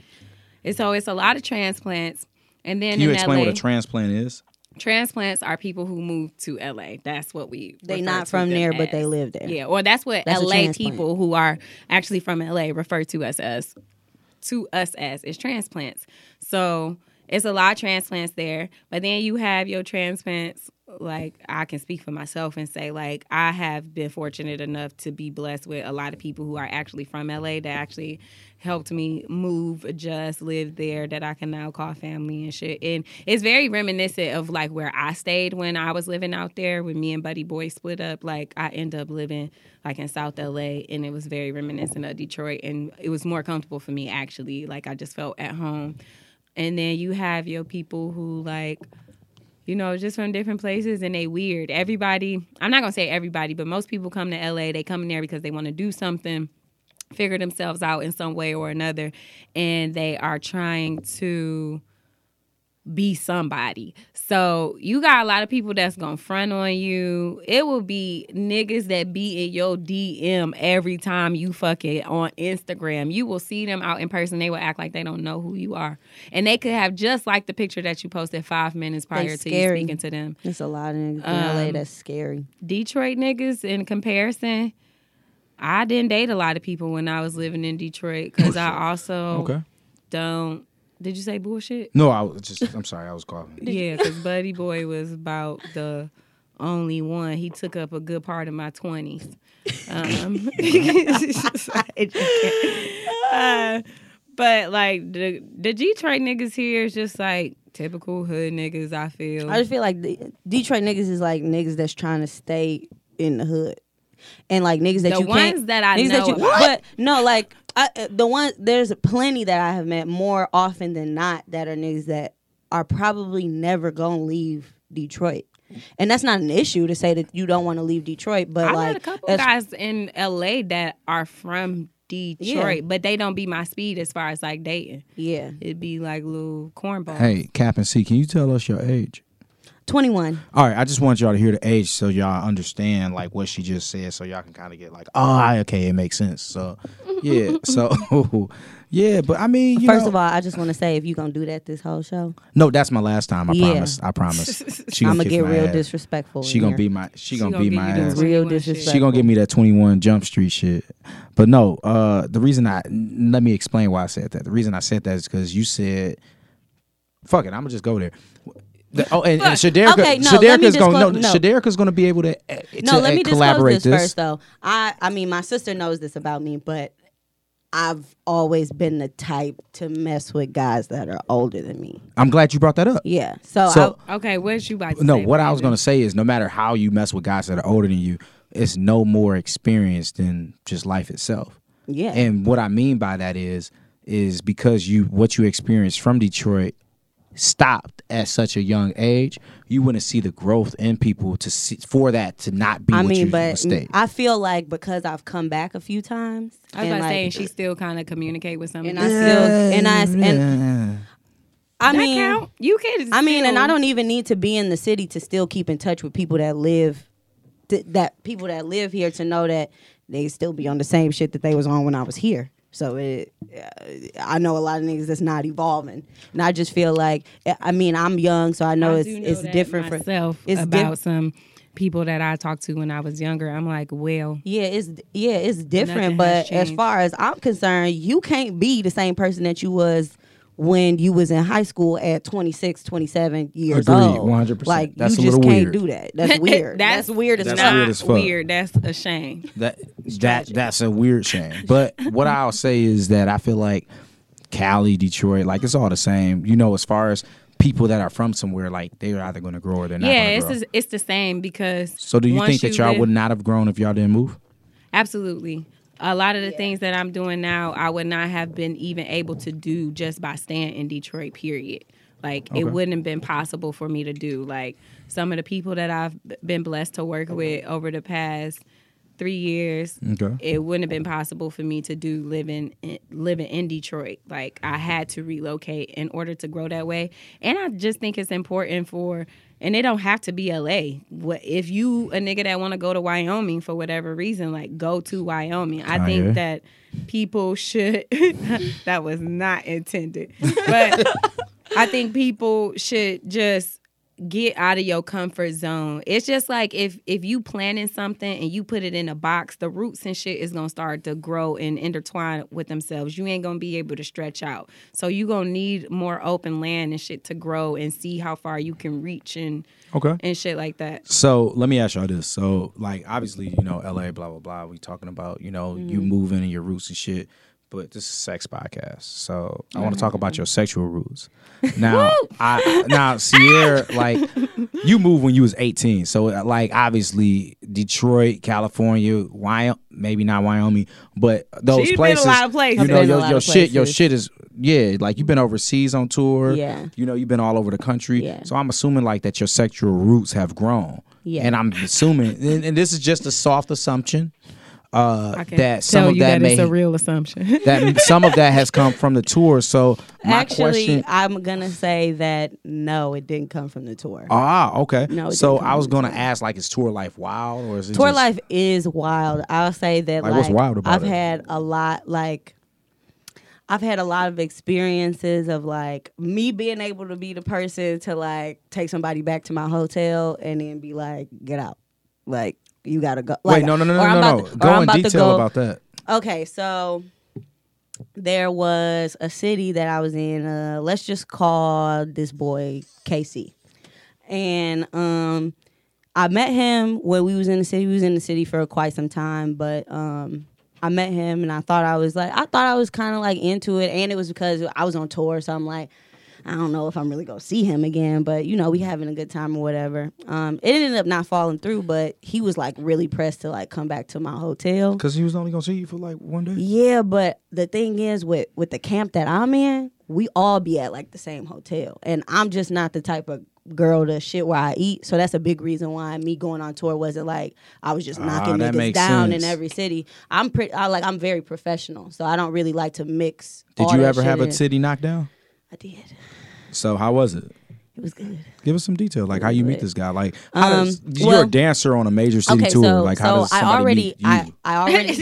B: And so it's a lot of transplants, and then
A: Can you
B: in
A: explain
B: LA,
A: what a transplant is?
B: transplants are people who move to LA. That's what we
C: They
B: refer
C: not
B: to
C: from
B: them
C: there, but
B: as.
C: they live there.
B: Yeah, or that's what
C: That's a
B: LA
C: transplant.
B: people who are actually from LA refer to us as to us as is transplants. So it's a lot of transplants there, but then you have your transplants. Like I can speak for myself and say, like I have been fortunate enough to be blessed with a lot of people who are actually from LA that actually helped me move, adjust, live there. That I can now call family and shit. And it's very reminiscent of like where I stayed when I was living out there. When me and Buddy Boy split up, like I end up living like in South LA, and it was very reminiscent of Detroit, and it was more comfortable for me actually. Like I just felt at home. And then you have your people who like, you know, just from different places, and they weird. Everybody, I'm not gonna say everybody, but most people come to LA. They come in there because they want to do something figure themselves out in some way or another and they are trying to be somebody. So you got a lot of people that's gonna front on you. It will be niggas that be in your DM every time you fuck it on Instagram. You will see them out in person. They will act like they don't know who you are. And they could have just like the picture that you posted five minutes prior to you
C: scary.
B: speaking to them.
C: It's a lot in,
B: Um,
C: in LA that's scary.
B: Detroit niggas in comparison, I didn't date a lot of people when I was living in Detroit because I also
A: Okay.
B: don't. Did you say bullshit?
A: No, I was just. I'm sorry, I was coughing.
C: <laughs>
B: Yeah, because Buddy Boy was about the only one. He took up a good part of my twenties.
C: <laughs>
B: Um, <laughs> uh, but like the the Detroit niggas here is just like typical hood niggas. I feel
C: I just feel like the, Detroit niggas is like niggas that's trying to stay in the hood, and like niggas that
B: The
C: you can't-
B: ones that I
C: niggas
B: know
C: you,
B: about.
C: But no, like I, uh, the one there's plenty that I have met more often than not that are niggas that are probably never gonna leave Detroit, and that's not an issue to say that you don't want to leave Detroit, but
B: I
C: like
B: met a couple
C: as-
B: guys in LA that are from Detroit,
C: Yeah.
B: but they don't be my speed as far as like dating.
C: yeah,
B: It'd be like little cornballs.
A: Hey, Cap and C, can you tell us your age?
C: twenty one.
A: All right, I just want y'all to hear the age so y'all understand like what she just said, so y'all can kind of get like, oh, I- okay, it makes sense. So, yeah, so <laughs> yeah, but I mean, you
C: First
A: know-
C: of all, I just want to say if you gonna do that this whole show,
A: no, that's my last time. I
C: Yeah.
A: promise. I
C: <laughs>
A: promise. She
C: I'm gonna
A: kick
C: get
A: my
C: real
A: ass.
C: disrespectful.
A: She
C: in
A: gonna
C: here.
A: be my. She,
B: She
A: gonna,
B: gonna
A: beat
B: give
A: my
B: you the
A: ass.
B: real
C: real
B: 21 shit.
C: disrespectful.
A: She gonna give me that 21 Jump Street shit. But no, uh, the reason I n- let me explain why I said that. The reason I said that is because you said fuck it, I'm gonna just go there. The- oh, and, and
D: Fuck.
A: Shaderka,
C: Okay, no, let me
A: Shaderka's gonna no,
C: disclose- no.
A: Shaderka's gonna be able to, uh,
C: No,
A: to,
C: let
A: uh,
C: me disclose
A: collaborate
C: this, first though. I I mean, my sister knows this about me, but I've always been the type to mess with guys that are older than me.
A: I'm glad you brought that up.
C: Yeah. So,
A: So-
B: Okay, what you about to
A: No,
B: say,
A: what I was
B: Brandon?
A: gonna say is no matter how you mess with guys that are older than you, it's no more experience than just life itself.
C: I, yeah.
A: And what I mean by that is is because you what you experienced from Detroit stopped at such a young age, you wouldn't see the growth in people to see for that to not be
C: I
A: what
C: mean,
A: you
C: but
A: mistake.
C: I feel like because I've come back a few times.
B: I was
C: and
B: about to
C: like,
B: say, and she still kind of communicate with somebody.
C: and I still and I and I
B: that
C: mean
B: count? You can.
C: I mean, and
B: still-
C: I don't even need to be in the city to still keep in touch with people that live th- that people that live here to know that they still be on the same shit that they was on when I was here. So it, uh, I know a lot of niggas that's not evolving, and I just feel like I- I mean I'm young, so I know
B: I
C: it's
B: do know
C: it's
B: that
C: different
B: myself
C: for it's
B: about
C: diff-
B: some people that I talked to when I was younger. I'm like, well,
C: yeah, it's yeah, it's
B: Nothing
C: different.
B: has
C: But as
B: changed.
C: far as I'm concerned, you can't be the same person that you was when you was in high school at 26, 27 years
A: Agreed,
C: old.
A: 100%.
C: Like
A: That's a
C: you just
A: little
C: can't
A: weird.
C: do <laughs> that. That's weird. that's, weird as
A: That's
C: fuck.
A: weird as fuck.
B: Weird. That's a shame.
A: That that that's a weird shame. But what I'll say is that I feel like Cali, Detroit, like it's all the same. You know, as far as people that are from somewhere, like they're either going to grow or they're not.
B: yeah,
A: gonna
B: it's
A: grow.
B: the, it's the same because.
A: so do you
B: once
A: think that y'all
B: live-
A: would not have grown if y'all didn't move?
B: Absolutely. A lot of the things that I'm doing now, I would not have been even able to do just by staying in Detroit, period. Like, it wouldn't have been possible for me to do. Like, some of the people that I've b- been blessed to work with over the past three years,
A: Okay.
B: it wouldn't have been possible for me to do living in, living in Detroit. Like, I had to relocate in order to grow that way. And I just think it's important for, and it don't have to be LA. What If you a nigga that want to go to Wyoming for whatever reason, like, go to Wyoming. I think
A: Kanye.
B: that people should, <laughs> that was not intended. But. I think people should just get out of your comfort zone. It's just like if if you planning something and you put it in a box, the roots and shit is gonna start to grow and intertwine with themselves. You ain't gonna be able to stretch out. So you gonna need more open land and shit to grow and see how far you can reach and
A: Okay.
B: and shit like that.
A: So let me ask y'all this. So like obviously, you know, LA, blah blah blah. We talking about, you know,
C: Mm-hmm.
A: you moving and your roots and shit. But this is a sex podcast. So I want to talk
C: Mm-hmm.
A: about your sexual roots.
C: <laughs>
A: Now I now Sierra, like you moved when you was 18. So uh, like obviously Detroit, California, Wyoming, maybe not Wyoming, but those
B: She's been a
A: places.
B: lot of places.
A: You know,
C: Been a
A: your,
C: lot
A: your
C: of
A: shit, your
C: places.
A: shit is yeah, like you've been overseas on tour.
C: Yeah.
A: You know, you've been all over the country.
C: Yeah.
A: So I'm assuming like that your sexual roots have grown.
C: Yeah.
A: And I'm assuming, and, and this is just a soft assumption uh,
B: I can
A: that some
B: tell
A: of
B: you
A: that,
B: that,
A: may
B: it's a real assumption.
A: <laughs>
B: <laughs>
A: that some of that has come from the tour. So my
C: Actually,
A: question,
C: I'm gonna say that no, it didn't come from the tour.
A: ah, okay.
C: No, it
A: so
C: didn't come
A: I was
C: from
A: gonna ask, like, is tour life wild or is it
C: tour
A: just-
C: life is wild. I'll say that.
A: Like,
C: Like,
A: what's wild about
C: I've
A: it?
C: had a lot. Like, I've had a lot of experiences of like me being able to be the person to like take somebody back to my hotel and then be like, get out, like. You gotta go. Like,
A: Wait, no, no, no,
C: or I'm
A: no, no,
C: about
A: no.
C: to- or
A: go
C: I'm
A: in
C: about to
A: detail
C: go-
A: about that.
C: Okay, so there was a city that I was in. Uh, let's just call this boy Casey, and um, I met him when we was in the city. We was in the city for quite some time, but um, I met him and I thought I was like I thought I was kind of like into it, and it was because I was on tour, so I'm like. I don't know if I'm really gonna see him again, but you know we having a good time or whatever. Um, it ended up not falling through, but he was like really pressed to like come back to my hotel.
A: Because he was only gonna see you for like one day.
C: Yeah, but the thing is with with the camp that I'm in, we all be at like the same hotel. And I'm just not the type of girl to shit where I eat. So that's a big reason why me going on tour wasn't like I was just knocking
A: Ah, that
C: niggas
A: makes
C: down
A: sense.
C: in every city. I'm pretty I like I'm very professional. So I don't really like to mix
A: Did
C: all
A: you
C: that
A: ever
C: shit
A: have a
C: in.
A: city knockdown?
C: I did.
A: So how was it?
C: It was good.
A: Give us some detail, like how you meet this guy. Like, how does,
C: Um,
A: you're
C: well-
A: a dancer on a major city
C: okay,
A: tour.
C: so
A: like, how
C: so
A: does
C: I
A: somebody
C: already
A: meet you?
C: I I
B: <laughs>
C: already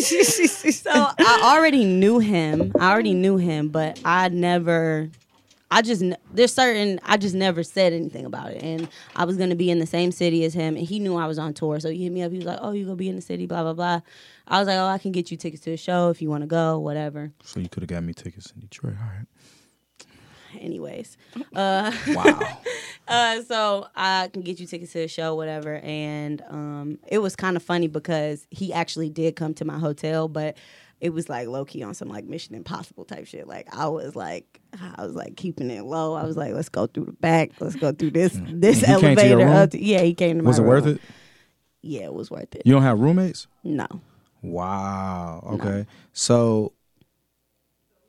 B: so
C: so I already knew him. I already knew him, but I never. I just n- there's certain I just never said anything about it, and I was gonna be in the same city as him, and he knew I was on tour, so he hit me up. He was like, "Oh, you gonna be in the city?" Blah blah blah. I was like, "Oh, I can get you tickets to a show if you want to go, whatever."
A: so you could have got me tickets in Detroit. All right.
D: anyways. Uh,
A: <laughs>
F: Wow.
D: uh, so I can get you tickets to the show, whatever. And um, it was kind of funny because he actually did come to my hotel, but it was like low key on some like Mission Impossible type shit. Like I was like, I was like keeping it low. I was like, let's go through the back, let's go through this this
A: Mm. He came to your
D: elevator.
A: room?
D: Up to, yeah, he came to my
A: Was it worth
D: room.
A: it?
D: Yeah, it was worth it.
A: You don't have roommates?
D: No,
A: Wow. Okay. So,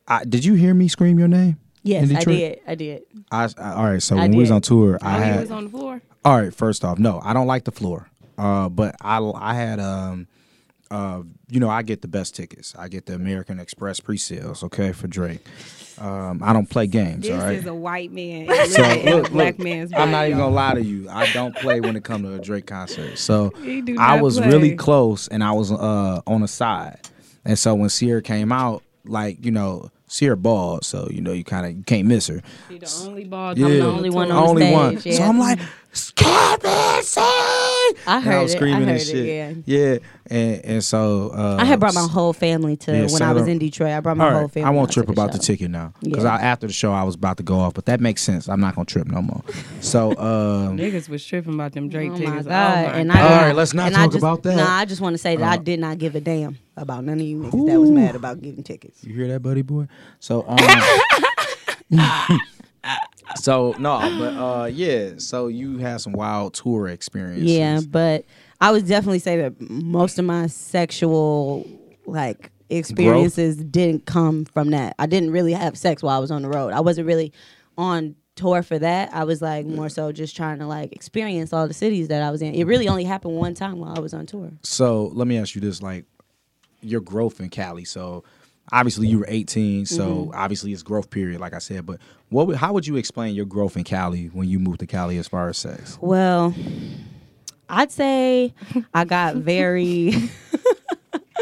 A: I, did you hear me scream your name?
D: yes, I
A: Detroit?
D: did, I did.
A: I, I- all right. So
D: I
A: when we was
D: did.
A: on tour, I
B: Oh, he
A: had,
B: was on the floor.
A: all right. First off, no, I don't like the floor. Uh, but I I had um, uh, you know, I get the best tickets. I get the American Express pre-sales. Okay, for Drake. Um, I don't play games.
B: This
A: all right.
B: is a
A: <laughs>
B: white man.
A: So,
B: living in a
A: look,
B: black
A: look,
B: man's
A: I'm not
B: body.
A: even gonna lie to you. I don't play when it comes to a Drake concert. So
B: He do
A: I
B: not
A: was
B: play.
A: really close, and I was uh, on the side. And so when Sierra came out, like you know, Sierra balled, so you know you kind of you can't miss her.
B: He the only bald.
A: Yeah.
B: I'm
C: the only one on
A: Only
C: stage,
A: one.
C: yeah.
A: So I'm like, Kevin, sing!
C: I
A: And I
C: heard
A: was
C: it, I
A: screaming and
C: heard it,
A: shit. Yeah. And and so uh,
C: I had brought my whole family to
A: yeah,
C: when I
A: shout
C: was
A: out.
C: in Detroit. I brought my
A: All right,
C: whole family.
A: I won't
C: out
A: trip
C: to
A: about the
C: show.
A: ticket now because
C: Yeah.
A: after the show I was about to go off, but that makes sense. I'm not gonna trip no more. So um,
B: Niggas was tripping about them Drake
C: Oh
B: tickets.
C: my god! and I
A: All
C: did
A: right, let's not
C: and I
A: talk
C: just-
A: about that. Uh,
C: Nah, I just want to say that I did not give a damn about none of you niggas that was mad about giving tickets.
A: You hear that, buddy boy? So, um, <laughs> so no, but uh, yeah. So you had some wild tour experiences.
C: Yeah, but I would definitely say that most of my sexual like experiences didn't come from that. I didn't really have sex while I was on the road. I wasn't really on tour for that. I was like more so just trying to like experience all the cities that I was in. It really only happened one time while I was on tour.
A: So let me ask you this: like your growth in Cali. So obviously you were 18. So
C: Mm-hmm.
A: obviously it's growth period, like I said. But what? Would, how would you explain your growth in Cali when you moved to Cali as far as sex?
C: Well, I'd say I got very <laughs>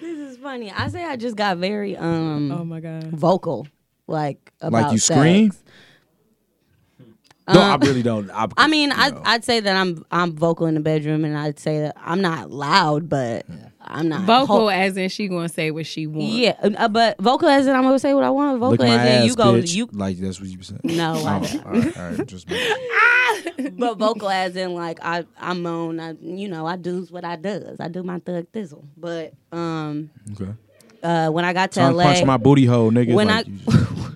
C: This is funny. I say I just got very um
B: oh my god.
C: vocal like about
A: Like you
C: sex. Uh,
A: scream? no, I really don't. I,
C: I mean,
A: you
C: I,
A: know.
C: I'd say that I'm I'm vocal in the bedroom, and I'd say that I'm not loud, but I'm not
B: Vocal
C: ho-
B: as in she gonna say what she wants.
C: yeah, uh, but vocal as in I'm gonna say what I want. Vocal
A: Lick my
C: as in
A: ass,
C: you go
A: bitch.
C: you,
A: like that's what you said.
C: No,
A: Oh,
C: I
A: all right, all right, just making sure.
C: but vocal as in like I I moan, I you know I do what I does, I do my thug thizzle. But um,
A: okay.
C: uh, when I got to
A: Tongue
C: LA,
A: punch my booty hole, nigga.
C: when
A: Like,
C: I- <laughs>
A: you-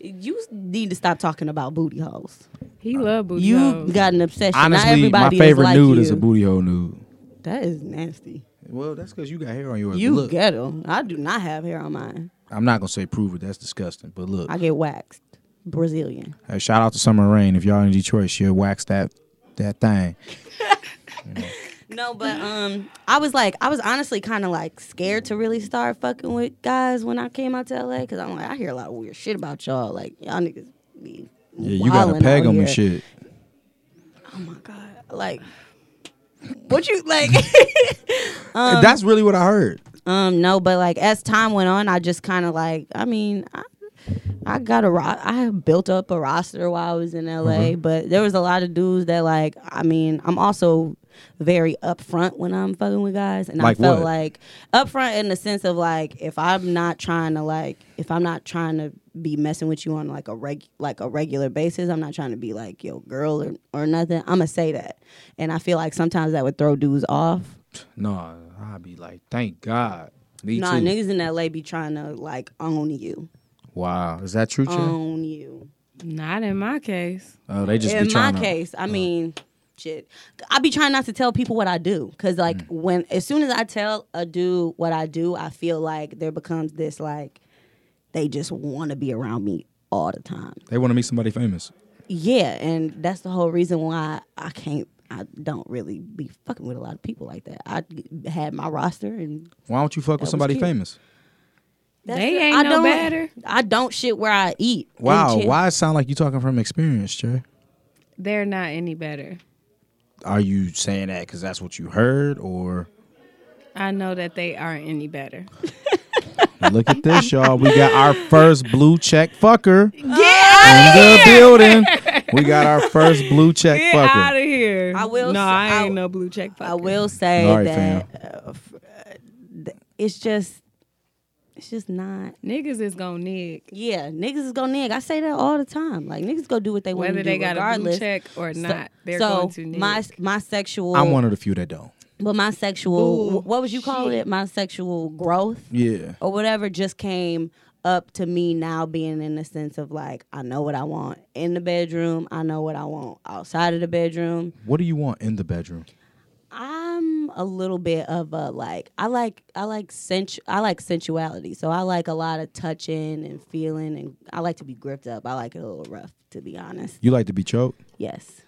C: you need to stop talking about booty holes.
B: He love booty.
C: You
B: hoes.
C: got an obsession. Not
A: Honestly, my
C: everybody is
A: favorite
C: like
A: nude
C: you.
A: is a booty hole nude.
C: That is nasty.
A: Well, that's because you got hair on yours.
C: You
A: look,
C: ghetto. I do not have hair on mine.
A: I'm not gonna say prove it. That's disgusting. But look,
C: I get waxed. Brazilian.
A: hey, shout out to Summer Rain. If y'all in Detroit, she'll wax that that thing.
C: No, <laughs> but um, I was like, I was honestly kind of like scared to really start fucking with guys when I came out to LA because I'm like, I hear a lot of weird shit about y'all. Like y'all niggas be
A: Yeah, you gotta peg them
C: them
A: and shit.
C: Oh my god, like what you like? <laughs>
A: that's really what I heard.
C: um, no, but like as time went on, I just kind of like, I mean, I, I got a ro- I built up a roster while I was in LA,
A: Mm-hmm.
C: but there was a lot of dudes that like, I mean, I'm also very upfront when I'm fucking with guys, and
A: Like
C: I felt
A: what?
C: like upfront in the sense of like, if I'm not trying to like, if I'm not trying to be messing with you on like a reg like a regular basis, I'm not trying to be like yo girl or or nothing. I'm gonna say that, and I feel like sometimes that would throw dudes off.
A: No, I'd be like, thank God. Me
C: Nah,
A: too.
C: niggas in LA be trying to like own you,
A: Wow, is that true, Chad?
C: own you.
B: Not in my case.
A: oh, they just be
C: in my
A: trying to-
C: case, I mean, shit. I be trying not to tell people what I do because, like,
A: Mm.
C: when as soon as I tell a dude what I do, I feel like there becomes this like they just want to be around me all the time.
A: They want to meet somebody famous.
C: Yeah, and that's the whole reason why I can't. I don't really be fucking with a lot of people like that. I had my roster and
A: Why don't you fuck with
C: was
A: somebody
C: cute.
A: famous?
C: that's
B: They
C: it.
B: ain't
C: I
B: no
C: don't-
B: better.
C: I don't shit where I eat. and
A: Wow,
C: shit.
A: why it sound like you talking from experience, Jay?
B: They're not any better.
A: Are you saying that because that's what you heard, or
B: I know that they aren't any better.
A: Look at this, y'all. We got our first blue check fucker. Get out in the building. We got our first blue check
B: <laughs> Get out
A: fucker.
B: of here.
C: I will
B: No,
C: say-
B: I ain't
C: I-
B: no blue check.
C: I
B: fucker.
C: will say
A: All right,
C: that uh, f- uh, th- it's just It's just not.
B: Niggas is gonna nig.
C: Yeah, niggas is gonna nig. I say that all the time. Like niggas go do what they want to
B: Whether
C: do,
B: they got a blue
C: regardless.
B: check or
C: So-
B: not, they're
C: so
B: going to nig.
C: my my sexual,
F: I'm one of the few that don't.
C: but my sexual,
B: Ooh,
C: what would you call
B: shit.
C: it? My sexual growth
A: Yeah.
C: or whatever just came up to me now being in the sense of like I know what I want in the bedroom. I know what I want outside of the bedroom.
F: What do you want in the bedroom?
C: I'm a little bit of a like I like I like sensu- I like sensuality. So I like a lot of touching and feeling and I like to be gripped up. I like it a little rough to be honest.
A: You like to be choked?
C: Yes.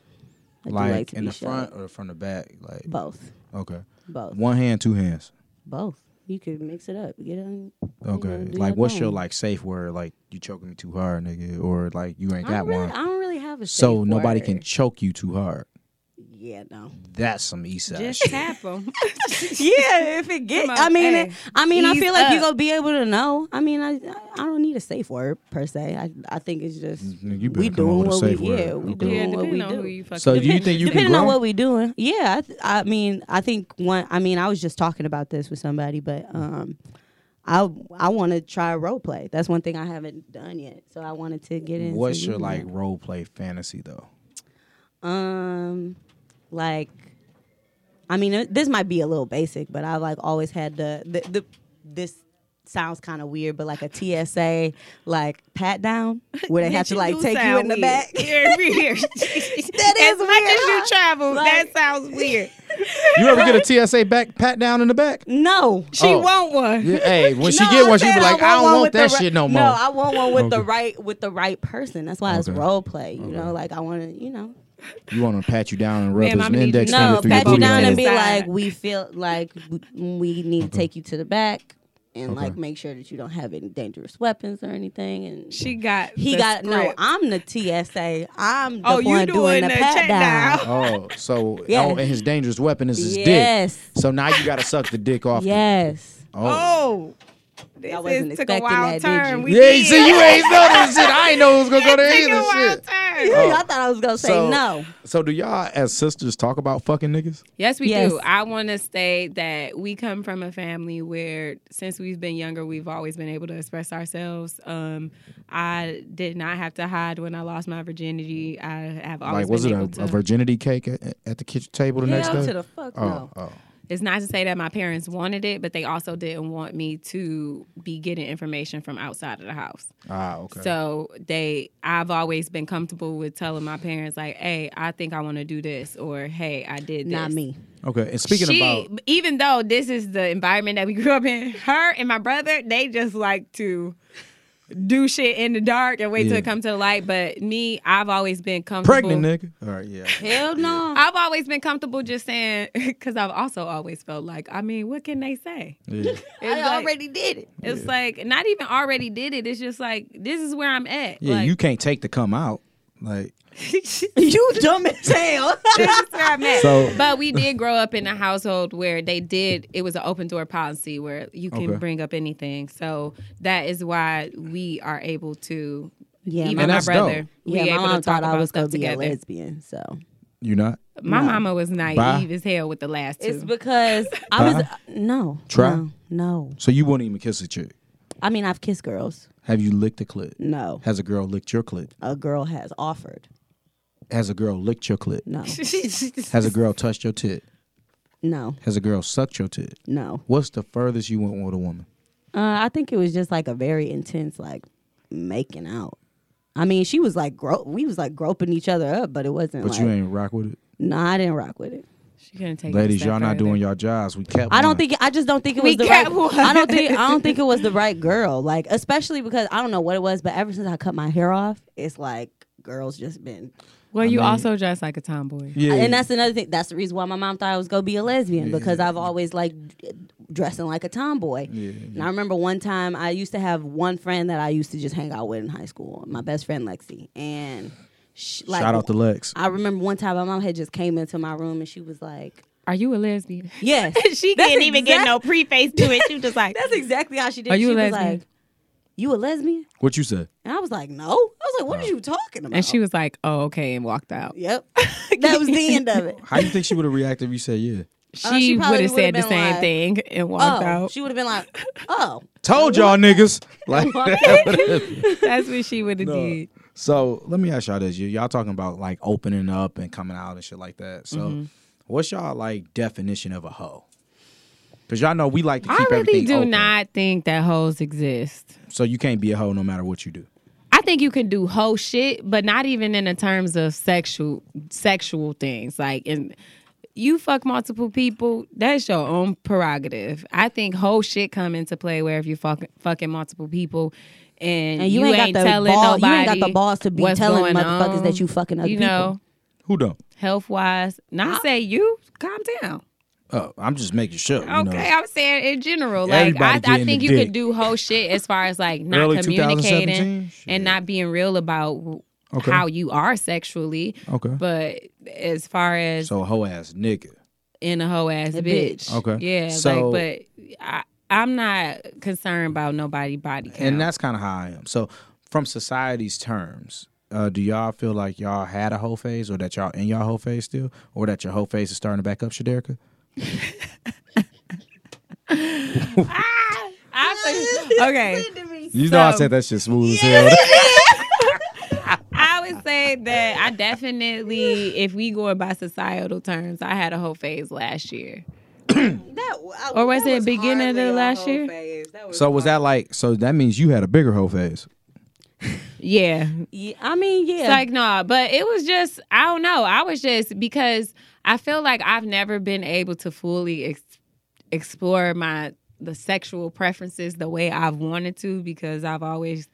C: I do
F: Like,
C: to
F: in
C: be
F: the front
C: showed.
F: or from the back? Like
C: Both.
A: Okay.
C: Both.
A: One hand, two hands.
C: Both. You could mix it up. Get on
A: Okay.
C: know, do
A: like,
C: your
A: what's
C: thing.
A: your like safe word? Like, you choking me too hard, nigga, or like you ain't
C: I
A: got
C: don't, really,
A: one.
C: I don't really have a
A: so
C: safe
A: nobody
C: word.
A: can choke you too hard.
C: Yeah, no.
F: that's some east side
C: <laughs>
B: Just
F: shit.
B: tap them. <laughs>
C: yeah, if it gets.
B: Come on,
C: I mean,
B: hey,
C: it, I mean, I
B: ease
C: feel like
B: up.
C: you're gonna be able to know. I mean, I I I don't need a safe word per se. I I think it's just
A: Mm, You better
C: we
A: come up
C: doing
A: with a
C: what
A: safe
C: we
A: word.
C: yeah we
A: Okay.
B: yeah,
C: doing what we
B: depending on who
C: do.
B: you fucking.
A: So do you
C: <laughs>
B: depend-
A: think you can
C: Depending
A: grow?
C: on what we doing, yeah. I, th- I mean, I think one. I mean, I was just talking about this with somebody, but um, I I want to try role play. That's one thing I haven't done yet, so I wanted to get into.
A: What's your
C: doing
A: like
C: that.
A: role play fantasy though?
C: Um, like, I mean, it- this might be a little basic, but I like always had the the, the this sounds kind of weird, but like a TSA like pat
B: <laughs>
C: down where they have to like
B: do
C: take you
B: sound
C: in the
B: weird. <laughs>
C: back.
B: You're weird.
C: <laughs> That is
B: as much as you
C: weird.
B: travel,
C: Like-
B: that sounds weird.
A: You ever get a TSA back pat down in the back?
C: <gasps> No.
B: <laughs> She
A: Oh.
B: want
A: <laughs>
B: one.
A: Yeah, hey, when she
C: No,
A: get
C: I'm
A: one, she be
C: saying
A: like, I,
C: one
A: don't want
C: with
A: that
C: the ri-
A: shit no more.
C: No, I want one with the
A: Okay.
C: right with the right person. That's why it's
A: Okay.
C: role play. You know, like I want to, you know,
A: you want to pat you down and rub
B: Ma'am,
A: his
B: I'm
A: index
B: leaving.
A: finger
C: No,
A: through
C: pat
A: your
C: you
A: booty
C: down
A: hole.
C: and be
B: Side.
C: like, we feel like w- we need to take you to the back and
A: Okay.
C: like make sure that you don't have any dangerous weapons or anything. And
B: She got.
C: he
B: the
C: got no.
B: script.
C: I'm the TSA. I'm the
B: Oh,
C: one
B: you
C: doing the pat down.
A: Oh,
C: <laughs>
A: so
C: Yeah.
A: oh, and his dangerous weapon is his
C: Yes.
A: dick. So now you gotta suck the dick off. the-
C: Yes.
A: <laughs> oh.
B: Oh, this
C: I wasn't
B: is, took a
C: expecting
B: wild
C: that, did
B: turn.
C: you?
B: We
A: Yeah,
B: did.
A: see, you ain't know this shit. I ain't know it was
C: <laughs>
A: gonna go there
B: Took a
A: either.
B: wild
A: Shit.
B: turn.
A: Oh.
C: I thought I was gonna say
A: So-
C: no.
A: So do y'all as sisters talk about fucking niggas?
B: Yes, we
C: Yes.
B: do. I want to state that we come from a family where, since we've been younger, we've always been able to express ourselves. Um, I did not have to hide when I lost my virginity. I have always
A: Like, was it
B: been
A: a,
B: able
A: a
B: to.
A: virginity cake at, at the kitchen table the next
C: Hell
A: day?
C: to the fuck
A: oh,
C: no.
A: oh.
B: it's not to say that my parents wanted it, but they also didn't want me to be getting information from outside of the house.
A: Ah, okay.
B: So they, I've always been comfortable with telling my parents, like, "Hey, I think I want to do this," or "Hey, I did this."
C: Not me.
A: okay. And speaking
B: she,
A: about
B: even though this is the environment that we <laughs> grew up in, her and my brother, they just like to do shit in the dark and wait till
A: Yeah.
B: it comes to the light. But me, I've always been comfortable.
A: pregnant nigga. All right,
C: <laughs>
A: yeah.
C: Hell no.
B: I've always been comfortable just saying, <laughs> because I've also always felt like, I mean, what can they say?
A: yeah.
B: It's
C: I
B: like-
C: already did it. <laughs>
B: It's like not even already did it. It's just like this is where I'm at.
A: Yeah,
B: like,
A: you can't take the come out. Like
B: <laughs> this
C: You dumb as hell.
B: is where I'm
A: <laughs>
B: at.
A: so
B: but we did grow up in a household where they did it was an open door policy where you can
A: Okay.
B: bring up anything so that is why we are able to
C: Yeah,
B: even
C: my-
B: my
A: that's
B: brother
A: dope.
B: we
C: yeah, my
B: able
C: mom
B: to talk
C: thought
B: about
C: I was
B: stuff
C: gonna be a
B: together
C: lesbian, so
A: you not
B: my mama was naive
A: Bye.
B: as hell with the last two <laughs>
C: it's because I was no
A: Try?
C: no no.
A: so you wouldn't even kiss a chick.
C: I mean, I've kissed girls.
A: Have you licked a clit?
C: No,
A: Has a girl licked your clit?
C: a girl has offered.
A: Has a girl licked your clit?
B: <laughs>
C: No,
A: Has a girl touched your tit?
C: no,
A: Has a girl sucked your tit?
C: no.
A: What's the furthest you went with a woman?
C: Uh, I think it was just like a very intense like making out. I mean, she was like gro- we was like groping each other up, but it wasn't.
A: But
C: like,
A: you ain't rock with it.
C: No, I didn't rock with it.
B: she couldn't take it
A: <laughs>
B: a
A: Ladies,
B: step
A: y'all not
B: further.
A: doing your jobs. We kept.
C: I don't
A: one.
C: think. I just don't think it
B: We
C: was the
B: got
C: right.
B: one.
C: I don't think. I don't think
B: <laughs>
C: it was the right girl. Like especially because I don't know what it was, but ever since I cut my hair off, it's like girls just been
B: well you
A: mean-
B: also dress like a tomboy
A: Yeah,
C: And that's another thing. That's the reason why my mom thought I was gonna be a lesbian because I've always like dressing like a tomboy. And I remember one time I used to have one friend that I used to just hang out with in high school, my best friend Lexi, and she, like
A: shout out to Lex.
C: I remember one time my mom had just came into my room and she was like,
B: are you a lesbian
C: "Yes."
B: she
C: That's
B: can't even get
C: exact-
B: no preface to it she <laughs> was just like
C: <laughs> That's exactly how she did.
B: Are
C: it.
B: you
C: she
B: a
C: was
B: lesbian?
C: like, "You a lesbian?"
A: What you said?
C: And I was like, "No." I was like, "What are you talking about?"
B: and she was like oh okay and walked out
C: "Yep." <laughs> that was the end of it.
A: How you think she would have reacted if you said yeah?
B: She,
C: Uh, she probably
B: would have said the
C: would've been
B: same
C: like,
B: thing and walked
C: <laughs> Oh,
B: out.
C: she would have been like, <laughs> oh,
A: Told y'all
C: <laughs>
A: niggas. Like
B: <laughs> That's what she would have
A: No.
B: did.
A: So let me ask y'all this: Y- y'all talking about like opening up and coming out and shit like that. So,
B: Mm-hmm.
A: what's y'all like definition of a hoe? Because y'all know we like to keep
B: I really
A: everything
B: do
A: open.
B: not think that hoes exist.
A: So you can't be a hoe no matter what you do.
B: I think you can do whole shit, but not even in the terms of sexual sexual things. Like in you fuck multiple people, that's your own prerogative. I think whole shit come into play where if you fuck, fucking multiple people and,
C: And you ain't got the
B: telling
C: ball- you
B: nobody
C: ain't got the balls to be
B: what's
C: telling
B: going
C: motherfuckers
B: on,
C: that you fucking other
B: you know,
A: Who don't?
B: health wise. Not say you, calm down.
A: Oh, I'm just making sure. You know.
B: Okay, I'm saying in general. Like
A: Everybody
B: I, I
A: getting
B: think
A: the
B: you could
A: dick.
B: do whole shit as far as like not
A: Early
B: communicating
A: 2017? Shit.
B: and not being real about
A: Okay.
B: how you are sexually.
A: Okay.
B: But as far as
A: So a hoe ass nigga.
B: in a hoe ass bitch.
C: bitch.
A: Okay.
B: Yeah.
A: So-
B: like but I I'm not concerned about nobody body count.
A: And that's kind of how I am. So, from society's terms, uh, do y'all feel like y'all had a whole phase, or that y'all in y'all whole phase still, or that your whole phase is starting to back up, Shaderica?
B: I think- <laughs> okay.
A: You know, I
B: So-
A: said that shit smooth as hell.
B: I would say that I definitely if we going by societal terms, I had a whole phase last year.
D: <clears throat> That, I,
B: Or was
D: that
B: it beginning of
D: hardly
B: the
D: a
B: last
D: whole
B: year?
D: phase. That was
A: so was that
D: hard-
A: like? So that means you had a bigger whole phase.
B: Yeah.
C: yeah, I mean, yeah.
B: It's like no, but it was just I don't know. I was just because I feel like I've never been able to fully ex- explore my the sexual preferences the way I've wanted to because I've always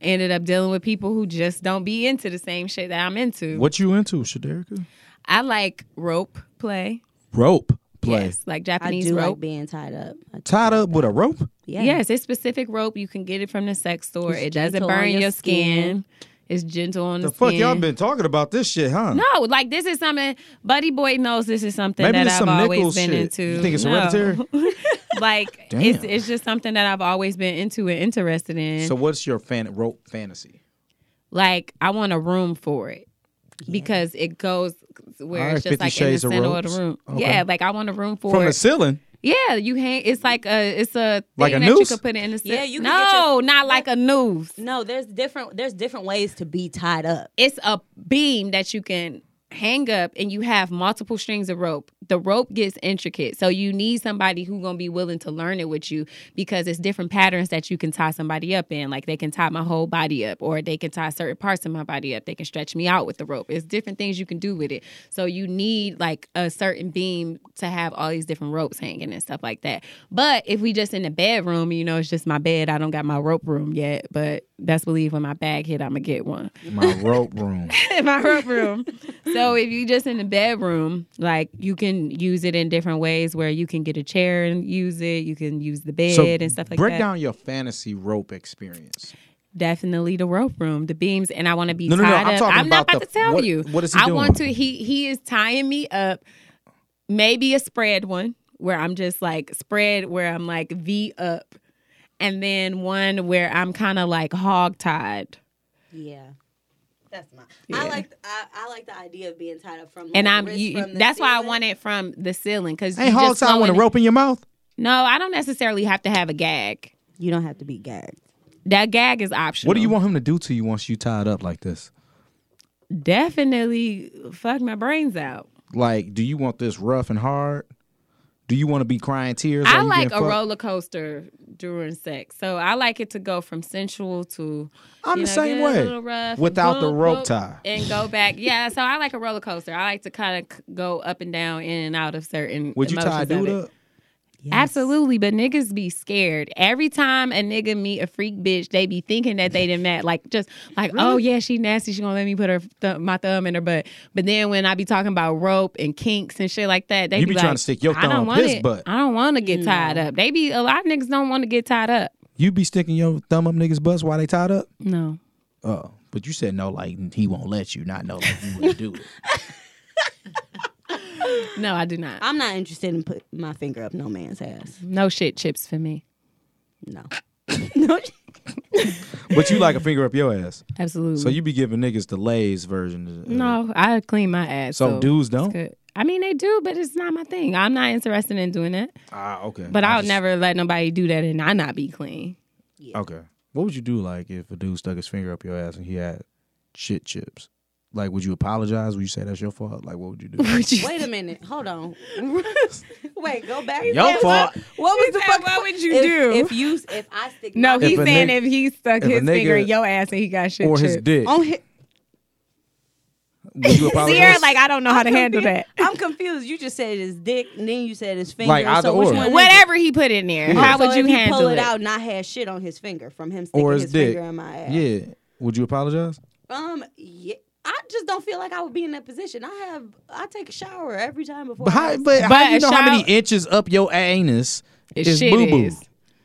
B: ended up dealing with people who just don't be into the same shit that I'm into.
A: What you into, Shaderica?
B: I like rope play.
A: Rope play.
B: Yes, like
C: I
B: Japanese
C: do
B: rope.
C: like being tied up. I do
A: Tied
C: like
A: up with a rope.
C: Yeah.
B: Yes, it's specific rope. You can get it from the sex store.
C: It's
B: it doesn't
C: gentle on
B: burn
C: your
B: your skin.
C: skin.
B: It's gentle on the,
A: The fuck
B: skin.
A: y'all been talking about this shit, huh?
B: No, like this is something Buddy Boy knows this is something
A: Maybe
B: that
A: it's
B: I've
A: some Nichols
B: always been
A: shit.
B: into.
A: You think it's
B: No.
A: hereditary?
B: <laughs> like
A: Damn.
B: it's it's just something that I've always been into and interested in.
A: So what's your fan rope fantasy?
B: like I want a room for it. Because it goes where
A: Alright,
B: it's just
A: 50
B: like in the
A: Shades of
B: center of,
A: Ropes.
B: the room.
A: Okay.
B: Yeah, like I want a room for
A: From
B: it.
A: the ceiling.
B: yeah, you hang. It's like a it's a thing
A: Like a
B: that you
A: noose?
B: could put it in the.
D: Yeah,
B: cen-
D: you can
B: no,
D: get your-
B: not like a noose.
C: No, there's different. There's different ways to be tied up.
B: it's a beam that you can hang up and you have multiple strings of rope the rope gets intricate so you need somebody who's going to be willing to learn it with you because it's different patterns that you can tie somebody up in like they can tie my whole body up or they can tie certain parts of my body up they can stretch me out with the rope it's different things you can do with it so you need like a certain beam to have all these different ropes hanging and stuff like that but if we just in the bedroom you know it's just my bed i don't got my rope room yet but best believe when my bag hit i'm gonna get one
A: My rope
B: <laughs>
A: room.
D: <laughs>
B: in my rope room. <laughs> so if you just in the bedroom, like you can use it in different ways where you can get a chair and use it, you can use the bed
A: So
B: and stuff like
A: break
B: that.
A: down your fantasy rope experience.
B: Definitely the rope room, the beams, and I want to be
A: No, no,
B: tied
A: no,
B: up.
A: I'm talking
B: not
A: about
B: about
A: the-
B: to tell
A: what-
B: you.
A: what is he
B: I
A: doing?
B: want to he he is tying me up, maybe a spread one where I'm just like spread where I'm like V up. And then one where I'm kind of like hog tied.
C: Yeah.
D: That's mine. I like the, I, I like the idea of being tied up from like,
B: And I'm,
D: wrist
B: you,
D: from the
B: that's why I
D: ceiling.
B: want it from the ceiling. Cause
A: Ain't
B: you
A: hog
B: just
A: time with a
B: flowing-
A: rope in your mouth.
B: No, I don't necessarily have to have a gag.
C: You don't have to be gagged.
B: That gag is optional.
A: What do you want him to do to you once you tied up like this?
B: Definitely fuck my brains out.
A: Like, do you want this rough and hard? Do you want to be crying tears? while
B: I
A: you
B: like
A: getting
B: a
A: fucked?
B: roller coaster during sex, so I like it to go from sensual to.
A: I'm
B: you
A: the
B: know,
A: same
B: get a
A: way,
B: little rough and
A: without the
B: boop,
A: rope
B: boop,
A: tie.
B: and go back. Yeah, so I like a roller coaster. I like to kind of go up and down, in and out of certain.
A: Would you tie a
B: emotions of
A: dude
B: it.
A: up?
B: Absolutely, but niggas be scared. Every time a nigga meet a freak bitch, they be thinking that they didn't met. Like just like, oh yeah, she nasty. She gonna let me put her th- my thumb in her butt. But then when I be talking about rope and kinks and shit like that, they
A: You be
B: be,
A: trying
B: like,
A: to stick your
B: I
A: thumb
B: don't
A: up
B: want
A: his
B: it.
A: butt.
B: I don't want to get tied up. They be a lot of niggas don't want to get tied up.
A: You be sticking your thumb up niggas' butts while they tied up?
B: No,
A: Oh, but you said no, like he won't let you. Not no, like you would do it.
B: no, I do not.
C: I'm not interested in putting my finger up no man's ass.
B: No shit chips
A: <laughs>
B: for me.
C: No. no.
A: <laughs> But you like a finger up your ass,
B: Absolutely.
A: so you be giving niggas the Lay's version. Of,
B: no, I clean my ass.
A: So dudes
B: it's
A: don't?
B: good. I mean, they do, but it's not my thing. I'm not interested in doing that.
A: Ah, okay.
B: But
A: I
B: I'll
A: just-
B: never let nobody do that and I not be clean. <laughs>
A: Okay. What would you do like if a dude stuck his finger up your ass and he had shit chips? Like, would you apologize? Would you say that's your fault? Like, what would you do?
B: Would you-
C: Wait a minute. Hold <laughs> on. Wait, go back.
F: Your fault.
C: What was
B: He
C: the
B: said,
C: fuck?
B: what would you
C: if,
B: do?
C: If you, if I stick
B: no,
C: my
B: he's
A: a
B: saying
A: nigga-
B: if he stuck
A: if a
B: his finger
A: nigga
B: in your ass and he got shit
A: or his
B: chipped.
A: dick?
C: <laughs> on hit.
A: Would you
B: Sierra,
A: apologize?
B: like I don't know how to handle that.
C: I'm confused. You just said his dick, and then you said his finger.
F: Like either
C: so which
F: or.
C: one is it?
B: Whatever he put in there, how
C: So
B: would you
C: if he
B: handle
C: pull it,
B: it?
C: out and I had shit on his finger from him sticking
A: or his,
C: his,
A: dick?
C: finger in my ass?
A: Yeah. Would you apologize?
C: Um. Yeah. I just don't feel like I would be in that position. I have. I take a shower every time before.
A: But
C: I,
A: how, but how
B: But
A: you
B: a
A: know how many
B: shower-
A: inches up your anus
B: It
A: is
B: shit
A: boo boo?
B: is.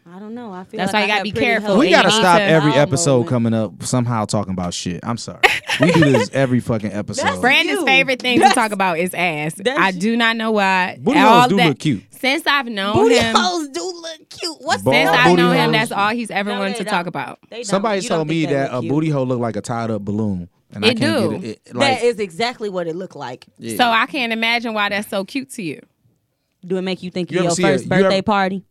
C: I don't know. I feel
B: That's why
C: like
B: you
C: I
B: gotta
C: have
B: be
C: pretty
B: careful.
C: healthy
A: We gotta
B: you need
A: stop
B: to-
A: every
C: bowel
A: episode
C: movement.
A: coming up somehow talking about shit. I'm sorry. We do
B: <laughs>
A: this every fucking episode.
B: Brandon's
C: you.
B: favorite thing to talk about is ass. I do not know why.
A: Booty
B: All
A: holes do
B: that-
A: look cute.
B: Since I've known
C: Booty
B: him,
C: holes do look cute. What's
A: Ball-
B: since
A: All
B: I've
A: booty
B: known him,
A: holes.
B: that's all he's ever
C: No,
B: wanted
C: they
B: to
C: don't.
B: talk about.
C: They don't-
A: Somebody
C: you don't
A: told
C: think
A: me
C: they
A: that
C: look
A: a
C: cute.
A: booty hole looked like a tied up balloon, and I
B: It
A: can't
B: do.
A: get it. it like,
C: That is exactly what it looked like.
B: So I can't imagine why that's so cute to you.
C: Do it make you think
A: You
C: of
A: ever
C: your
A: see a-
C: first
A: you ever-
C: birthday party?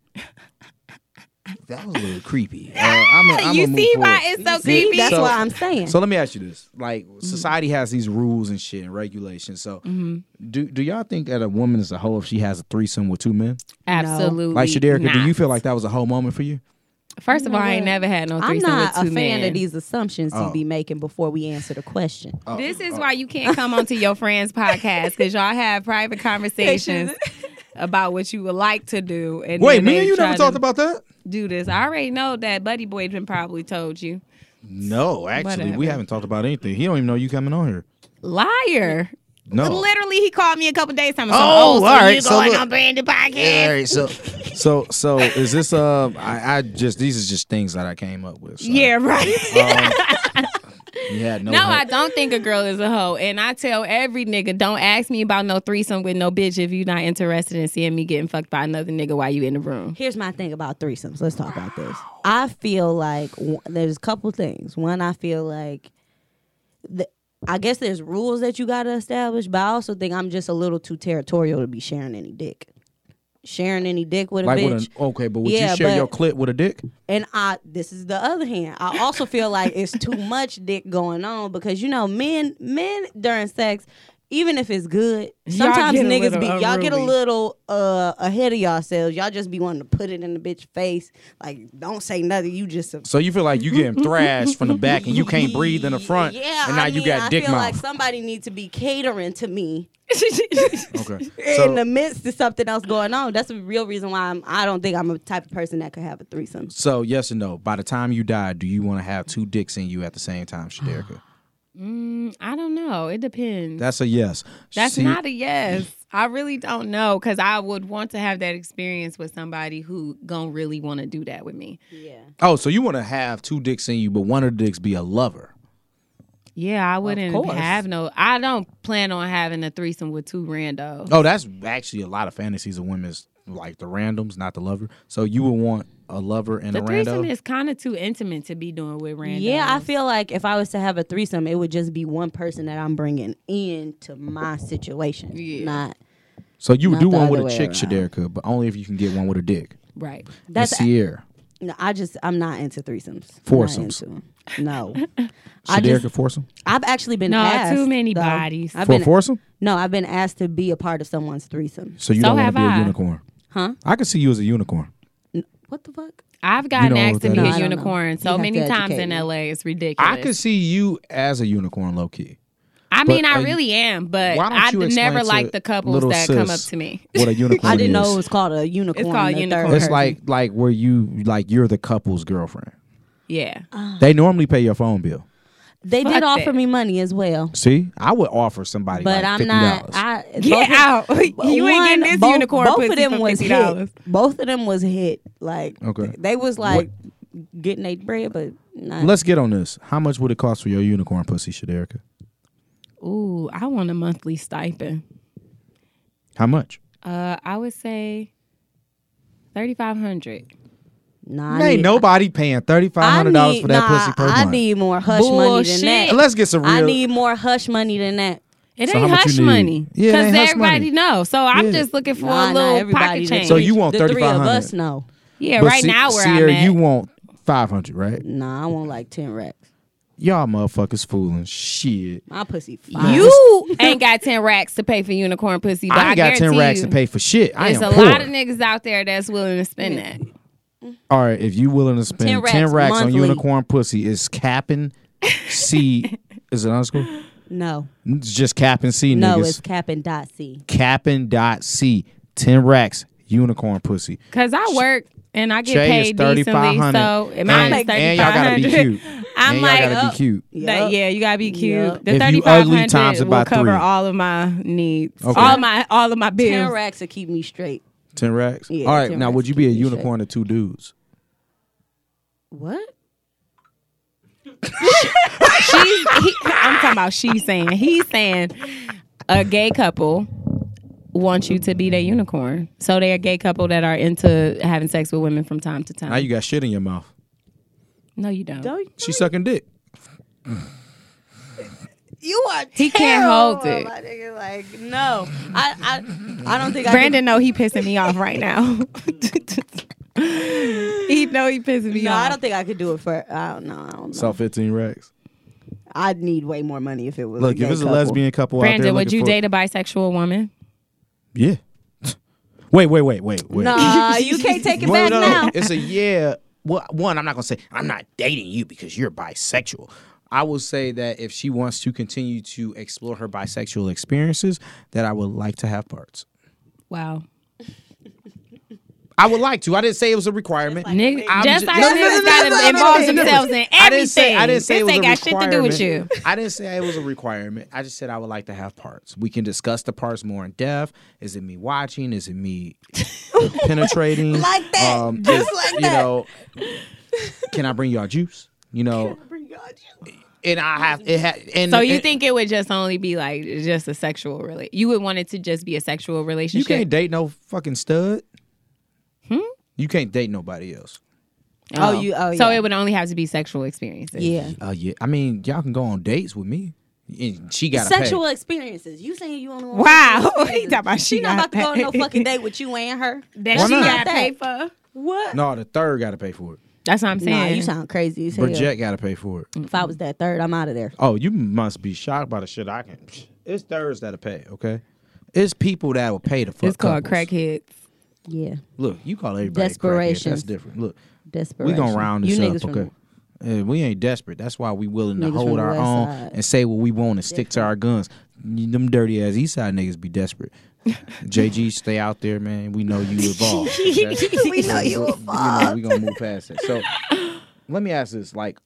A: that was a little
B: <laughs>
A: creepy. Uh, I'm a, I'm
B: you
A: a
B: see
A: move
B: why
A: forward.
B: it's so
C: See,
B: creepy? Mm-hmm.
C: that's
A: So-
C: what I'm saying.
A: So let me ask you this: like, society has these rules and shit and regulations. So,
B: Mm-hmm.
A: do do y'all think that a woman as a hoe if she has a threesome with two men?
B: Absolutely.
A: Like Shaderica, do
B: not.
A: you feel like that was a whole moment for you?
B: First of all, I ain't never had no
C: I'm
B: threesome
C: not
B: with
C: a
B: two
C: fan
B: men.
C: of these assumptions
A: Oh.
C: you be making before we answer the question.
B: This is why you can't come onto your friends' podcast because y'all have <laughs> private conversations about what you would like to do. And
A: Wait,
B: then
A: me
B: they
A: and you
B: try
A: never
B: to
A: talked about that.
B: do this. I already know that Buddy Boy done probably told you.
A: No, actually,
B: Whatever.
A: we haven't talked about anything. He don't even know you coming on here.
B: Liar.
A: No.
B: Literally, he called me a couple days time. Oh,
A: Oh,
B: oh, so
A: all right,
B: You
A: so
B: going
A: look-
B: on Brandon podcast?
A: All right, so so so is this um I, I just these is just things that I came up with. so, Um,
B: Yeah, right.
C: <laughs>
A: Yeah, no.
B: No,
A: hoe.
B: I don't think a girl is a hoe. And I tell every nigga, don't ask me about no threesome with no bitch if you're not interested in seeing me getting fucked by another nigga while you in the room.
C: Here's my thing about threesomes. Let's talk about this. I feel like w- there's a couple things. One, I feel like the, I guess there's rules that you got to establish, but I also think I'm just a little too territorial to be sharing any dick. Sharing any dick with a
A: like
C: bitch.
A: with a, okay, but would
C: Yeah,
A: you share
C: but-
A: your clip with a dick?
C: And I, this is the other hand. I also feel like
B: <laughs>
C: it's too much dick going on because you know, men, men during sex, even if it's good,
B: Y'all
C: sometimes
B: get a
C: niggas
B: little
C: be y'all get a
B: unruly.
C: little uh ahead of yourselves. Y'all just be wanting to put it in the bitch face, like don't say nothing. You just a,
A: So you feel like you getting thrashed from the back and you can't breathe in the front,
C: Yeah,
A: and now
C: I
A: you
C: mean,
A: got
C: I
A: dick
C: feel
A: mouth.
C: like somebody needs to be catering to me <laughs>
A: okay,
C: in the
A: so,
C: midst of something else going on. That's the real reason why I'm, I don't think I'm a type of person that could have a threesome.
A: so yes and no. By the time you die, do you want to have two dicks in you at the same time, Shaderica?
B: Mm, I don't know. It depends.
A: That's a yes.
B: That's
A: See,
B: not a yes. I really don't know because I would want to have that experience with somebody who gon' really want to do that with me.
C: Yeah.
A: oh, so you want to have two dicks in you, but one of the dicks be a lover.
B: Yeah, I wouldn't
C: course.
B: have no. I don't plan on having a threesome with two randos.
A: Oh, that's actually a lot of fantasies of women's like the randoms, not the lover. So you would want a lover and
B: the
A: a
B: threesome
A: rando.
B: is kind of too intimate to be doing with randos.
C: Yeah, I feel like if I was to have a threesome, it would just be one person that I'm bringing into my situation.
B: Yeah.
C: Not
A: so you would
C: not
A: do
C: the
A: one with
C: other
A: a
C: way
A: chick,
C: around.
A: Shaderica, but only if you can get one with a dick.
B: right.
C: that's
A: Miss Sierra.
C: no, I just I'm not into threesomes.
A: Foursomes.
C: Not into 'em.
B: <laughs>
C: No. I
A: Shaderica
C: just
A: foursome
C: I've actually been
B: No,
C: asked
B: too many
C: though.
B: bodies.
C: I've
A: for a
C: been,
A: foursome.
C: No, I've been asked to be a part of someone's threesome.
A: So you
B: So
A: don't want
B: have
A: to be a
B: I.
A: unicorn,
C: Huh?
A: I could see you as a unicorn.
C: What the fuck?
B: I've gotten
A: know
B: asked
A: what
B: to
A: that
B: be
A: is.
B: a
C: No, I don't know.
B: unicorn
C: You
B: so
C: have
B: many
C: to
B: times
C: educate
B: in
C: me.
B: LA. It's ridiculous.
A: I could see you as a unicorn, low key.
B: I mean,
A: but,
B: I
A: uh,
B: really am, but
A: why don't
B: I
A: you explain
B: never
A: to
B: like the couples
A: little
B: that come up
A: sis
B: to me.
C: <laughs>
A: What a unicorn!
C: I didn't
A: is.
C: know it was called a unicorn.
B: called
C: the
B: unicorn.
C: third
A: It's
C: person.
A: like like where you like you're the couple's girlfriend.
B: <laughs> Yeah.
A: They normally pay your phone bill.
C: they did
B: Fuck
C: offer
B: that.
C: me money as well.
A: See, I would offer somebody,
C: But
A: like
C: I'm
A: $50.
C: not. I,
B: Get out. <laughs> You ain't getting this
C: both,
B: unicorn
C: both
B: pussy
C: of them
B: for
C: was
B: $50.
C: hit. Both of them was hit. Like
A: Okay.
C: th- they was like getting their bread, but not.
A: Let's get on this. How much would it cost for your unicorn pussy, Shaderica?
B: Ooh, I want a monthly stipend.
A: How much?
B: Uh, I would say thirty five hundred.
C: nah,
A: Ain't
C: I need,
A: nobody paying thirty five
C: I
A: hundred dollars
C: need,
A: for that
C: nah,
A: pussy per
C: I
A: month.
C: need more hush money than
B: Bullshit.
C: that.
A: Let's get some real.
C: I need more hush money than that.
B: It
G: So how
B: ain't
G: much you
B: hush
G: need?
B: money.
H: Yeah, it
B: Because
H: ain't hush
B: everybody
H: money.
B: knows. So I'm
H: Yeah.
B: just looking for
C: Nah,
B: a
C: nah,
B: little
C: everybody
B: pocket
C: just-
B: change.
G: So you want
C: the three of
G: 3,500.
C: us know.
B: yeah,
H: But
B: right
H: Se-
B: now where
H: Sierra,
B: I'm at.
H: you want five hundred, right?
C: Nah, I want like ten racks.
H: Y'all motherfuckers fooling shit.
C: My pussy. Fine.
B: You <laughs> ain't got ten racks to pay for unicorn pussy. But
H: I
B: I,
H: ain't got
B: guarantee
H: ten racks
B: you,
H: to pay for shit. I
B: There's
H: am
B: a
H: poor.
B: lot of niggas out there that's willing to spend that.
H: All right, if you willing to spend
C: 10
H: ten
C: racks
H: racks, on
C: monthly.
H: unicorn pussy, is capping C is it underscore?
C: No,
H: It's just capping C
C: no,
H: niggas.
C: it's cap and dot C.
H: capping dot C. Ten racks unicorn pussy.
B: Cause I work and I get
H: Che is
B: paid decently,
H: 3,500.
B: so
H: And,
B: mine is
H: and y'all gotta be
B: 3,500.
H: cute.
B: <laughs> I'm
H: and
B: like,
H: y'all gotta
B: oh.
H: be cute.
B: Like, yeah, you gotta be cute.
C: Yup.
B: The
H: If you
B: thirty five
H: ugly times
B: hundred will
H: about
B: cover
H: three.
B: all of my needs,
H: Okay.
B: all my all of my
C: Ten
B: bills.
C: racks to keep me straight.
H: Ten racks.
C: Yeah,
H: All right,
C: 10
H: now
C: racks
H: would you
C: to
H: be a
C: keep you straight.
H: unicorn to two dudes?
C: What?
B: She, he, I'm talking about she's saying, he's saying, a gay couple wants you to be their unicorn. So they're a gay couple that are into having sex with women from time to time.
H: Now you got shit in your mouth.
B: no, you don't.
C: Don't
H: She sucking dick.
C: you are
B: He can't
C: terrible,
B: hold it.
C: my nigga. Like no, I I I don't think
B: Brandon, know he pissing me off right now. <laughs> he know he pissing
C: I
B: me
C: could, no,
B: off.
C: I don't think I could do it for. I don't know. I don't know.
H: Saw fifteen racks.
C: I'd need way more money if it was.
H: Look,
C: a
H: if
C: gay
H: it's a
C: couple.
H: lesbian couple out there,
B: Brandon, would
H: looking
B: you
H: for-
B: date a bisexual woman?
H: Yeah. <laughs> Wait, wait, wait, wait, wait.
A: <laughs>
C: Nah, you can't take it
H: Well,
C: back
H: no,
C: now.
H: It's a yeah. Well, one, I'm not gonna say I'm not dating you because you're bisexual.
A: I will say that if she wants to continue to explore her bisexual experiences, that I would like to have parts.
B: Wow.
A: I would like to. I didn't say it was a requirement.
B: Nigga,
A: I'm
B: just
A: ju-
B: like
A: No, no, no,
B: niggas
A: no,
B: gotta
A: no, no,
B: involve
A: no, no, no.
B: themselves in everything.
A: I didn't say. I didn't say
B: this
A: it was
B: ain't
A: a
B: got shit to do with you.
A: requirement. I didn't say it was a requirement. I just said I would like to have parts. We can discuss the parts more in depth. Is it me watching? Is it
B: <laughs>
A: me penetrating? Um,
C: Like
A: Uh,
C: that. Just
A: is-
C: like
A: you
C: that.
A: know. Can I bring y'all juice? You know, and I have it. Ha- and
B: So you
A: and-
B: think it would just only be like just a sexual relationship? You would want it to just be a sexual
A: you
B: relationship?
A: can't date no fucking stud?
B: Hmm?
A: You can't date nobody else.
C: Oh, you- oh,
B: So
C: yeah.
B: it would only have to be sexual experiences.
C: Yeah.
A: Uh, yeah. I mean, y'all can go on dates with me. And she got
C: Sexual experiences. You saying you only want
B: Wow. <laughs>
C: sexual
B: He
C: experiences.
B: talking about she
C: not about
B: got
C: to go on no
B: paid.
C: fucking date with you and her.
B: That
C: That's
B: she
C: not
B: got
C: that.
B: paid for.
C: What?
A: No, the third got to pay for it.
B: That's what I'm
C: Nah,
B: saying.
C: you sound crazy as hell.
A: But Jet got to pay for
B: Mm.
A: it.
C: If I was that third, I'm out of there.
A: Oh, you must be shocked by the shit I can. It's thirds that'll pay, okay? It's people that will pay to fuck.
B: it's called
A: couples.
B: crackheads.
C: Yeah.
A: Look, you call everybody desperation.
C: Desperation.
A: That's different. Look, we
C: Desperation.
A: gonna round this
C: you
A: up,
C: niggas from-
A: okay? Eh, we ain't desperate. That's why we willing to
C: Niggas from
A: hold
C: the
A: our
C: west
A: own
C: side.
A: and say what we want and stick to our guns. You- Them dirty ass East Side niggas be
C: <laughs>
A: desperate. JG, stay out there, man. We know you evolved. okay?
C: we know you
A: you know, we gonna move past it. So let me ask this, like,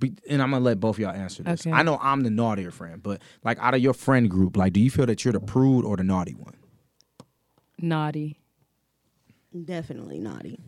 A: be, and I'm gonna let both y'all answer this.
B: Okay.
A: I know I'm the naughtier friend, but like out of your friend group, like, do you feel that you're the prude or the naughty one?
B: Naughty.
C: definitely naughty.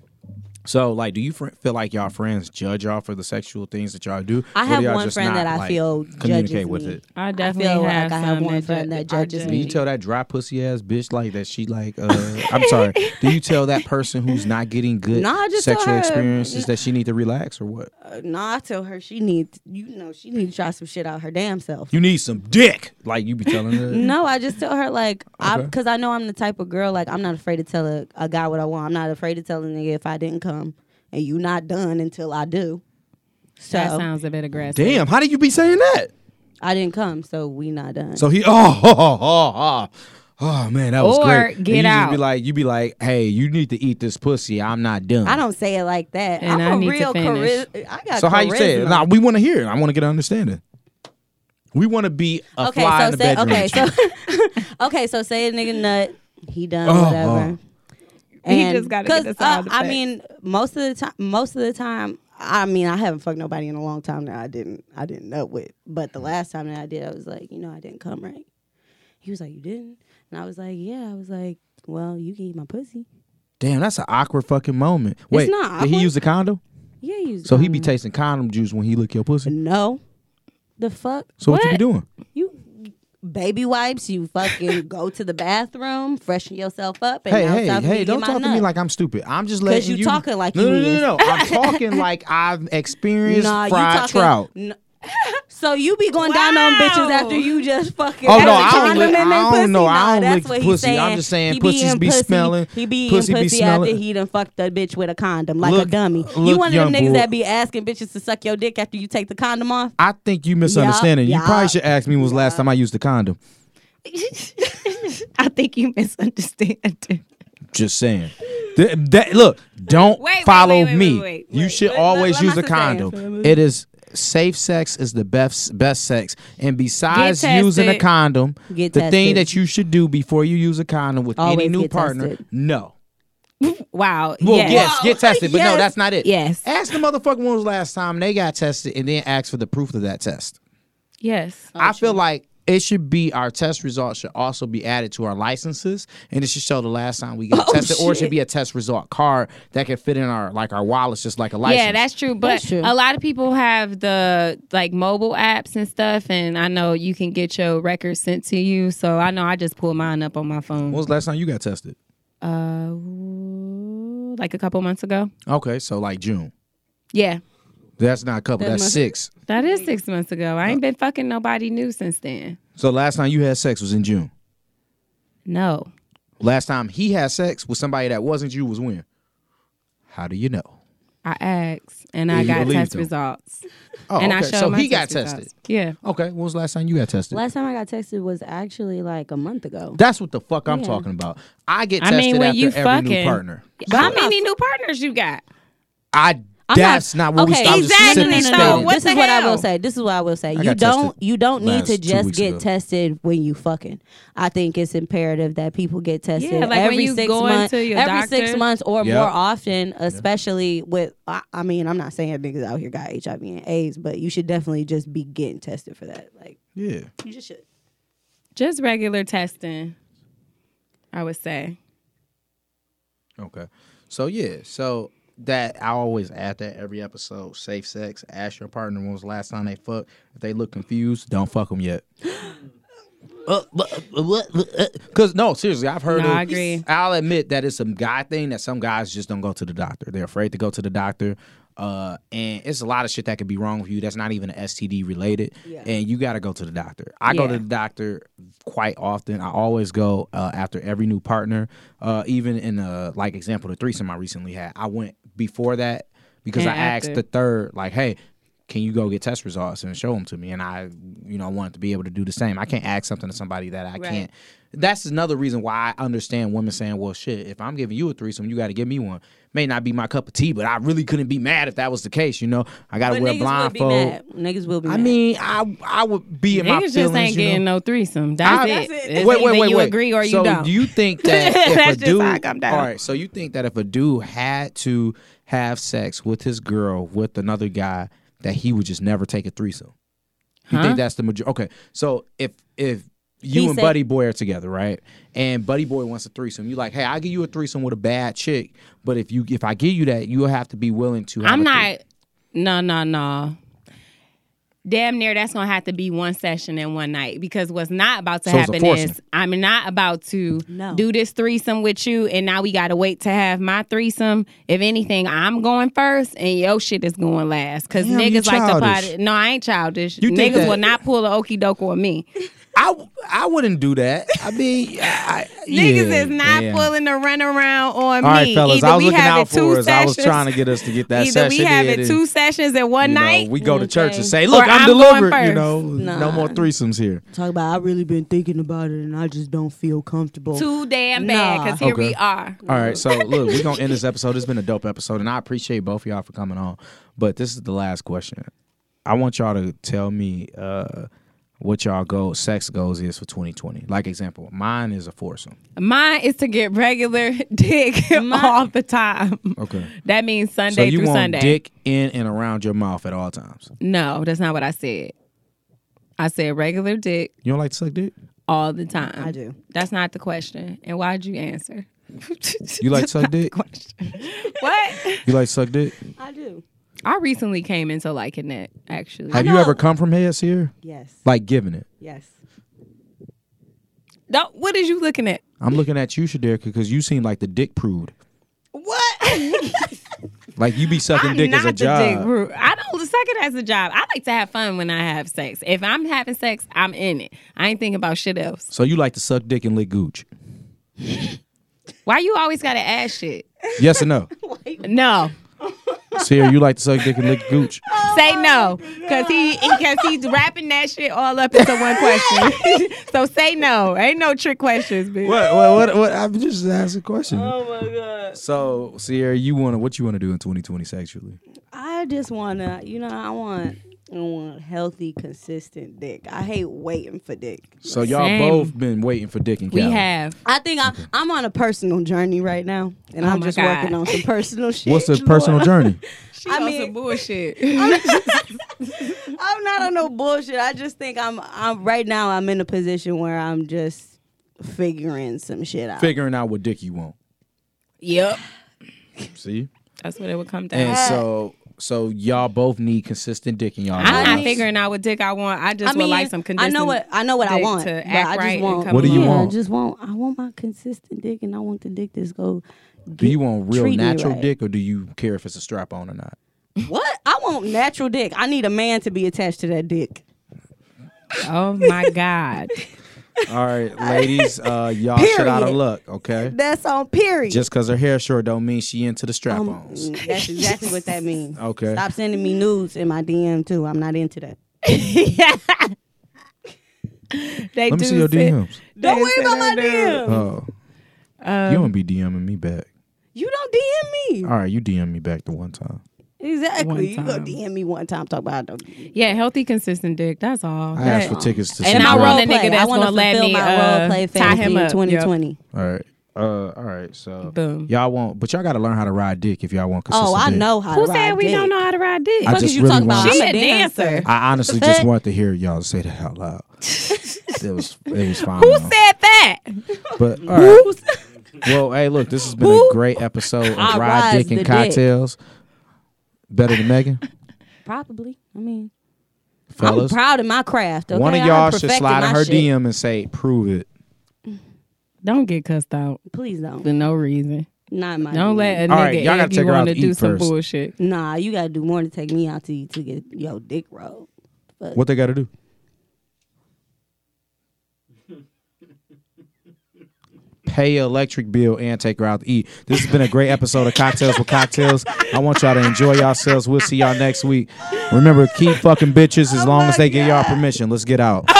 A: So like, do you fr- feel like y'all friends judge y'all for the sexual things that y'all do? or
C: I
A: do
C: have
A: y'all
C: one
A: just
C: friend
A: not,
C: that I
A: like,
C: feel judges
A: communicate with
C: me.
A: it?
B: I definitely
C: feel like
B: have
C: I have
B: some
C: one
B: that
C: friend
B: ju-
C: that
B: are
C: judges
A: Do
C: me.
A: you tell that dry pussy ass bitch like that she like uh I'm
C: <laughs>
A: sorry. Do you tell that person who's not getting good
C: Nah, I just tell
A: sexual
C: her-
A: experiences that she need to relax or what?
C: Uh, nah, I tell her she needs. You know, she need to try some shit out her damn self.
A: You need some dick. Like you be telling her.
C: <laughs> No, I just tell her like I because I know I'm the type of girl like I'm not afraid to tell a, a guy what I want. I'm not afraid to tell a nigga if I didn't come and you not done until I do. So
B: That sounds a bit aggressive.
A: Damn, how do you be saying that?
C: I didn't come, so we not done.
A: So he oh <laughs> oh oh, oh, oh, man, that was
B: Or
A: great. And
B: get
A: you
B: out.
A: Just be like you be like, hey, you need to eat this pussy. I'm not done.
C: I don't say it like that.
B: And
C: I'm
B: I
C: a
B: need to
C: real
B: finish.
C: charisma. I got
A: So how you say it?
C: charisma.
A: Nah, we want to hear. it. I want to get an understanding. We want to be a
C: okay,
A: fly
C: so
A: in the
C: say,
A: bedroom.
C: okay,
A: with you.
C: so
A: <laughs>
C: okay, so <laughs> say a nigga nut, he done
A: Oh,
C: whatever.
B: He just gotta get
C: 'cause,
B: this out of the
C: I
B: way.
C: mean, most of the time, most of the time, I mean, I haven't fucked nobody in a long time that I didn't, I didn't nut with. But the last time that I did, I was like, you know, I didn't come right. He was like, you didn't, and I was like, yeah. I was like, well, you can eat my pussy.
A: Damn, that's an awkward fucking moment. Wait,
C: not
A: did he
C: awkward.
A: use a condom?
C: Yeah, you. um,
A: So he be tasting condom juice when he lick your pussy.
C: no. The fuck
A: So what, you be doing?
C: you. Baby wipes,
A: <laughs>
C: you fucking go to the bathroom, freshen yourself up, and
A: Hey,
C: now
A: hey,
C: it's time for me
A: hey!
C: to
A: Don't
C: get
A: talk
C: my
A: to me
C: nut.
A: like I'm stupid. I'm just letting
C: you talking like
A: no,
C: you
A: no, no,
C: <laughs> is.
A: no, no. I'm talking like I've experienced
C: Nah, you
A: fried
C: talking-
A: trout.
C: N- <laughs> So you be going down on bitches after you just fucking.
A: Oh
C: after
A: no, I don't
C: condom
A: lick.
C: in they
A: I
C: pussy?
A: don't know.
C: Nah,
A: I don't
C: that's
A: lick
C: what he's
A: pussy. I'm just saying,
C: He
A: pussies
C: eating
A: be
C: pussy.
A: smelling.
C: He be eating
A: pussy
C: pussy,
A: be
C: after
A: smelling.
C: he done fucked a bitch with a condom like
A: Look-
C: a dummy.
A: look,
C: you one of them
A: young
C: niggas
A: boy.
C: that be asking bitches to suck your dick after you take the condom off.
A: I think you misunderstanding.
C: Yeah,
A: You probably
C: yeah.
A: should ask me when was the last time I used a condom.
B: <laughs> I think you misunderstand.
A: Just saying. Th- that- look, don't
B: Wait, wait,
A: follow
B: wait, wait,
A: me.
B: wait, wait,
A: you
B: wait.
A: should
C: Let- let-
A: always
C: let my
A: use a
C: sister answer.
A: condom. It is safe sex is the best best sex. And besides
B: Get
A: using a
B: tested.
A: condom, the
C: Get
A: thing
C: tested.
A: that you should do before you use a condom with any
C: Always
A: new
C: get
A: partner,
C: tested.
A: no.
B: Wow.
A: Well,
B: yes.
A: yes, get tested, but no, that's not it.
B: Yes.
A: Ask the motherfucker when was the last time they got tested and then ask for the proof of that test.
B: Yes.
A: I feel like it should be our test results should also be added to our licenses, and it should show the last time we
B: <laughs> Oh,
A: got tested, or it should
C: shit.
A: be a test result card that can fit in our like our wallets, just like a license.
B: Yeah, that's true. But
C: That's true.
B: a lot of people have the like mobile apps and stuff, and I know you can get your records sent to you. So I know I just pull mine up on my phone,
A: When was the last time you got tested?
B: uh, ooh, like a couple months ago.
A: Okay, so like June.
B: Yeah,
A: That's not a couple.
C: That
A: that's
C: must-
A: six.
B: that is six months ago. I ain't been fucking nobody new since then.
A: So last time you had sex was in June.
B: No,
A: Last time he had sex with somebody that wasn't you was when. How do you know?
B: I asked, and I
A: You
B: got
A: believed
B: test
A: them.
B: results,
A: Oh,
B: and I
A: okay.
B: showed
A: so
B: my
A: he got
B: test
A: tested.
B: results. Yeah.
A: Okay, when was the last time you got tested?
C: Last time I got texted was actually like a month ago.
A: That's what the fuck I'm
C: Yeah.
A: talking about. I get
B: I
A: tested
B: mean, when
A: after
B: you
A: every new
B: fucking-
A: partner.
B: But how many new partners you got?
A: I.
C: I'm
A: that's not, what we.
C: okay.
A: I was just
B: Exactly.
A: sitting and
B: No,
A: stating.
B: what
C: this
B: the
C: is what I
B: hell?
C: will say. This is what I will say.
A: I
C: you
A: got
C: don't
A: tested
C: you don't need
A: last two
C: to just
A: weeks
C: get
A: ago.
C: tested when you fucking. I think it's imperative that people get tested
B: Yeah, like when
C: every
B: you
C: six
B: go
C: months,
B: into your
C: every six
B: doctor.
C: months or
A: Yep.
C: more often, especially with. I, I mean, I'm not saying niggas out here got HIV and AIDS, but you should definitely just be getting tested for that. Like
A: Yeah.
C: you just should.
B: Just regular testing, I would say.
A: Okay. So yeah. So that I always add that every episode. Safe sex. Ask your partner when was the last time they fucked. If they look confused, don't fuck them
B: <gasps>
A: yet. Because no, seriously, I've heard.
B: No,
A: of,
B: I agree.
A: I'll admit that it's some guy thing that some guys just don't go to the doctor. They're afraid to go to the doctor. Uh, and it's a lot of shit that could be wrong with you. That's not even STD related, and you got to go to the doctor. I go to
B: Yeah.
A: the doctor quite often. I always go uh, after every new partner. Uh, even in uh like example, the threesome I recently had, I went before that because
B: And
A: I asked the
B: after.
A: third, like, hey, can you go get test results and show them to me? And I, you know, wanted to be able to do the same. I can't ask something to somebody that I can't. That's another reason why I understand women saying, well, shit, if I'm giving you a threesome, you got to give me one. May not be my cup of tea, but I really couldn't be mad if that was the case, you know? I got to
C: But
A: wear a
C: niggas will be mad.
A: blindfold.
C: Niggas will be.
A: I
C: mad.
A: mean, I I would be in my feelings.
B: Niggas just ain't
A: you know?
B: getting no threesome. That's,
A: I-
B: it.
C: That's it.
B: It's
A: wait, wait,
B: either
A: wait,
B: you
A: wait.
B: agree or you
A: so
B: don't.
A: do you
B: <laughs>
A: think that if a
B: That's just
A: dude,
B: how I come down.
A: all right, so you think that if a dude had to have sex with his girl with another guy, that he would just never take a threesome? You think that's the majority? Okay, so if if you
C: He
A: and
C: said-
A: Buddy Boy are together, right? And Buddy Boy wants a threesome. You like, hey, I will give you a threesome with a bad chick, but if you if I give you that, you'll have to be willing to. Have
B: I'm
A: a thre-
B: not. No, no, no. Damn near that's gonna have to be one session and one night because what's not about to
A: So it's a
B: happen
A: foursome.
B: is I'm not about to
C: No.
B: do this threesome with you and now we gotta wait to have my threesome. If anything, I'm going first and your shit is going last. Cause
A: Damn, you
B: niggas like to
A: childish.
B: pot it. No, I ain't childish.
A: You think
B: niggas
A: that-
B: will not pull a okie doke on me.
A: I I wouldn't do that. I mean, I, I- yeah,
B: <laughs> niggas is not
A: yeah.
B: pulling a runaround on
A: All
B: me.
A: right, fellas,
B: Either
A: I was
B: we
A: looking
B: having
A: out
B: two
A: for us. I was
B: sessions-
A: trying to get us to get that
B: Either
A: session.
B: we
A: in
B: having
A: and,
B: two sessions in one
A: you know,
B: night. mm,
A: we go to church and say,
B: Or
A: "Look, I'm,
B: I'm going
A: delivered." You
B: first.
A: know, no
C: Nah.
A: more threesomes here.
C: talk about. I really been thinking about it, and I just don't feel comfortable.
B: too damn bad
C: Nah.
B: because here
A: Okay.
B: we are.
A: All right, <laughs> so look, we're gonna end this episode. It's been a dope episode, and I appreciate both of y'all for coming on. But this is the last question. I want y'all to tell me uh, what y'all goal, sex goals is for 2020. Like example, mine is a foursome.
B: Mine is to get regular <laughs> dick all the time.
A: Okay.
B: That means
A: So
B: Sunday
A: you
B: through
A: want
B: Sunday.
A: dick in and around your mouth at all times.
B: No, that's not what I said. I said regular dick
A: You don't like to suck <laughs> dick?
B: all the time.
C: I do.
B: That's not the question. And why'd you answer? <laughs>
A: You like to suck <laughs> dick?
B: what?
A: You like to suck dick?
C: I do.
B: I recently came into liking that, actually.
A: Have you ever come from heads here?
C: Yes.
A: Like giving it.
C: Yes.
B: No, what is you looking at?
A: I'm looking at you, Shadirka, because you seem like the dick prude.
C: What?
A: <laughs> Like you be sucking
B: I'm
A: dick
B: not
A: as a
B: the
A: job.
B: dick. rude. I don't say recognize the job. I like to have fun when I have sex. If I'm having sex, I'm in it. I ain't thinking about shit else.
A: So you like to suck dick and lick gooch?
B: Why you always gotta ask shit?
A: Yes
D: <laughs>
A: or no?
B: No.
A: Sierra, you like to suck dick and lick
D: <laughs>
A: gooch?
B: Say no, cause he because he's wrapping that shit all up into one question. <laughs> so say no. Ain't no trick questions, bitch.
A: What? What? What? what I'm just asking a question.
D: Oh my god.
A: So Sierra, you want to what you want to do in 2020 sexually?
C: I just wanna, you know, I want, I want healthy, consistent dick. I hate waiting for dick.
A: So y'all
B: Same.
A: both been waiting for dick and
B: We
A: Cali.
B: have.
C: I think I, I'm on a personal journey right now, and
B: Oh
C: I'm
B: my
C: just
B: God.
C: working on some personal
A: <laughs>
C: shit.
A: What's a personal
B: <laughs>
A: journey?
B: She
C: I
B: on
C: mean-
B: some bullshit.
C: I'm not on no bullshit. I just think I'm. I'm right now. I'm in a position where I'm just figuring some shit out.
A: Figuring out what dick you want.
B: <laughs> yep.
A: See?
B: That's what it would come down.
A: And
B: to.
A: so so y'all both need consistent dick in y'all.
B: I'm not
A: lives.
B: figuring out what dick I want. I just
C: I mean,
B: would like some
C: I
B: conditions.
C: know what I know what I
B: dick
C: want.
B: to
C: but
B: act
C: I just
B: right and
C: want.
B: come
A: What do you
C: yeah,
A: along.
C: I
A: want?
C: just want. I want my consistent dick, and I want the dick that's go.
A: Do you want real
C: Treat me
A: natural
C: right.
A: dick or do you care if it's a strap on or not?
C: What? I want natural dick. I need a man to be attached to that dick.
B: Oh my god.
A: All
C: <laughs>
A: right, ladies, uh, y'all shit out of
C: Period.
A: luck, okay?
C: That's on period.
A: Just cause her hair short don't mean she into the strap ons.
C: Mm, <laughs> That's exactly what that means.
A: Okay.
C: Stop sending me nudes in my DM too. I'm not into that.
B: they
A: <laughs> Let me
B: do
A: see your
B: sit-
A: DMs.
C: Don't worry about my
B: Dude.
C: DM.
A: Oh.
C: um,
A: you don't be DMing me back.
C: You don't DM me.
A: All right, you DM me back the one time.
B: One
C: Exactly. You go
B: time.
C: DM me one time. Talk about it.
B: Yeah, healthy, consistent dick. That's all.
A: I
B: That-
A: asked for tickets to
B: And
A: see
B: I
A: Rob.
B: want a nigga that's
C: wanna
B: gonna let
C: fulfill
B: me,
C: my
B: uh,
C: role play
B: tie
C: fantasy
B: him
C: in
B: up.
C: 2020.
A: All right. Uh, all right. So
B: Boom.
A: y'all want, but y'all got to learn how to ride dick if y'all want consistent.
C: Oh, I
A: dick.
C: know how.
B: Who
C: to
B: said
C: ride
B: we
C: dick.
B: don't know how to ride dick?
A: I
C: Fuck
A: just
C: is you
A: really
C: talking about?
A: want-
B: she
C: I'm
B: a
C: a dancer.
B: dancer.
A: I honestly
C: The
A: just
C: fuck?
A: wanted to hear y'all say that out
C: <laughs>
A: loud. it was it was fine.
B: Who said that?
A: But all right. Well, hey, look, this has been a great episode of Ride
C: I rides
A: Dick and
C: the dick.
A: Cocktails. Better than
C: <laughs>
A: Megan,
C: Probably. I mean,
A: fellas.
C: I'm proud of my craft. Okay?
A: One of
C: I
A: y'all should
C: perfected
A: slide in
C: my
A: her
C: shit.
A: DM and say, "Prove it."
B: Don't get cussed out
C: Please don't.
B: for no reason.
C: Not in my.
B: Don't
C: DM.
B: let a
A: All
B: nigga
A: right, y'all gotta
B: egg
A: take
B: you
A: her out
B: on to
A: to
B: do
A: eat
B: some
A: first.
B: bullshit.
C: Nah, you gotta do more to take me out to eat to get your dick rolled.
A: What they got to do? Pay your electric bill and take her out to eat. This has been a great episode of Cocktails with Cocktails. I want y'all to enjoy
C: Oh
A: yourselves. We'll see y'all next week. Remember, keep fucking bitches as long as they give y'all permission. Let's get out.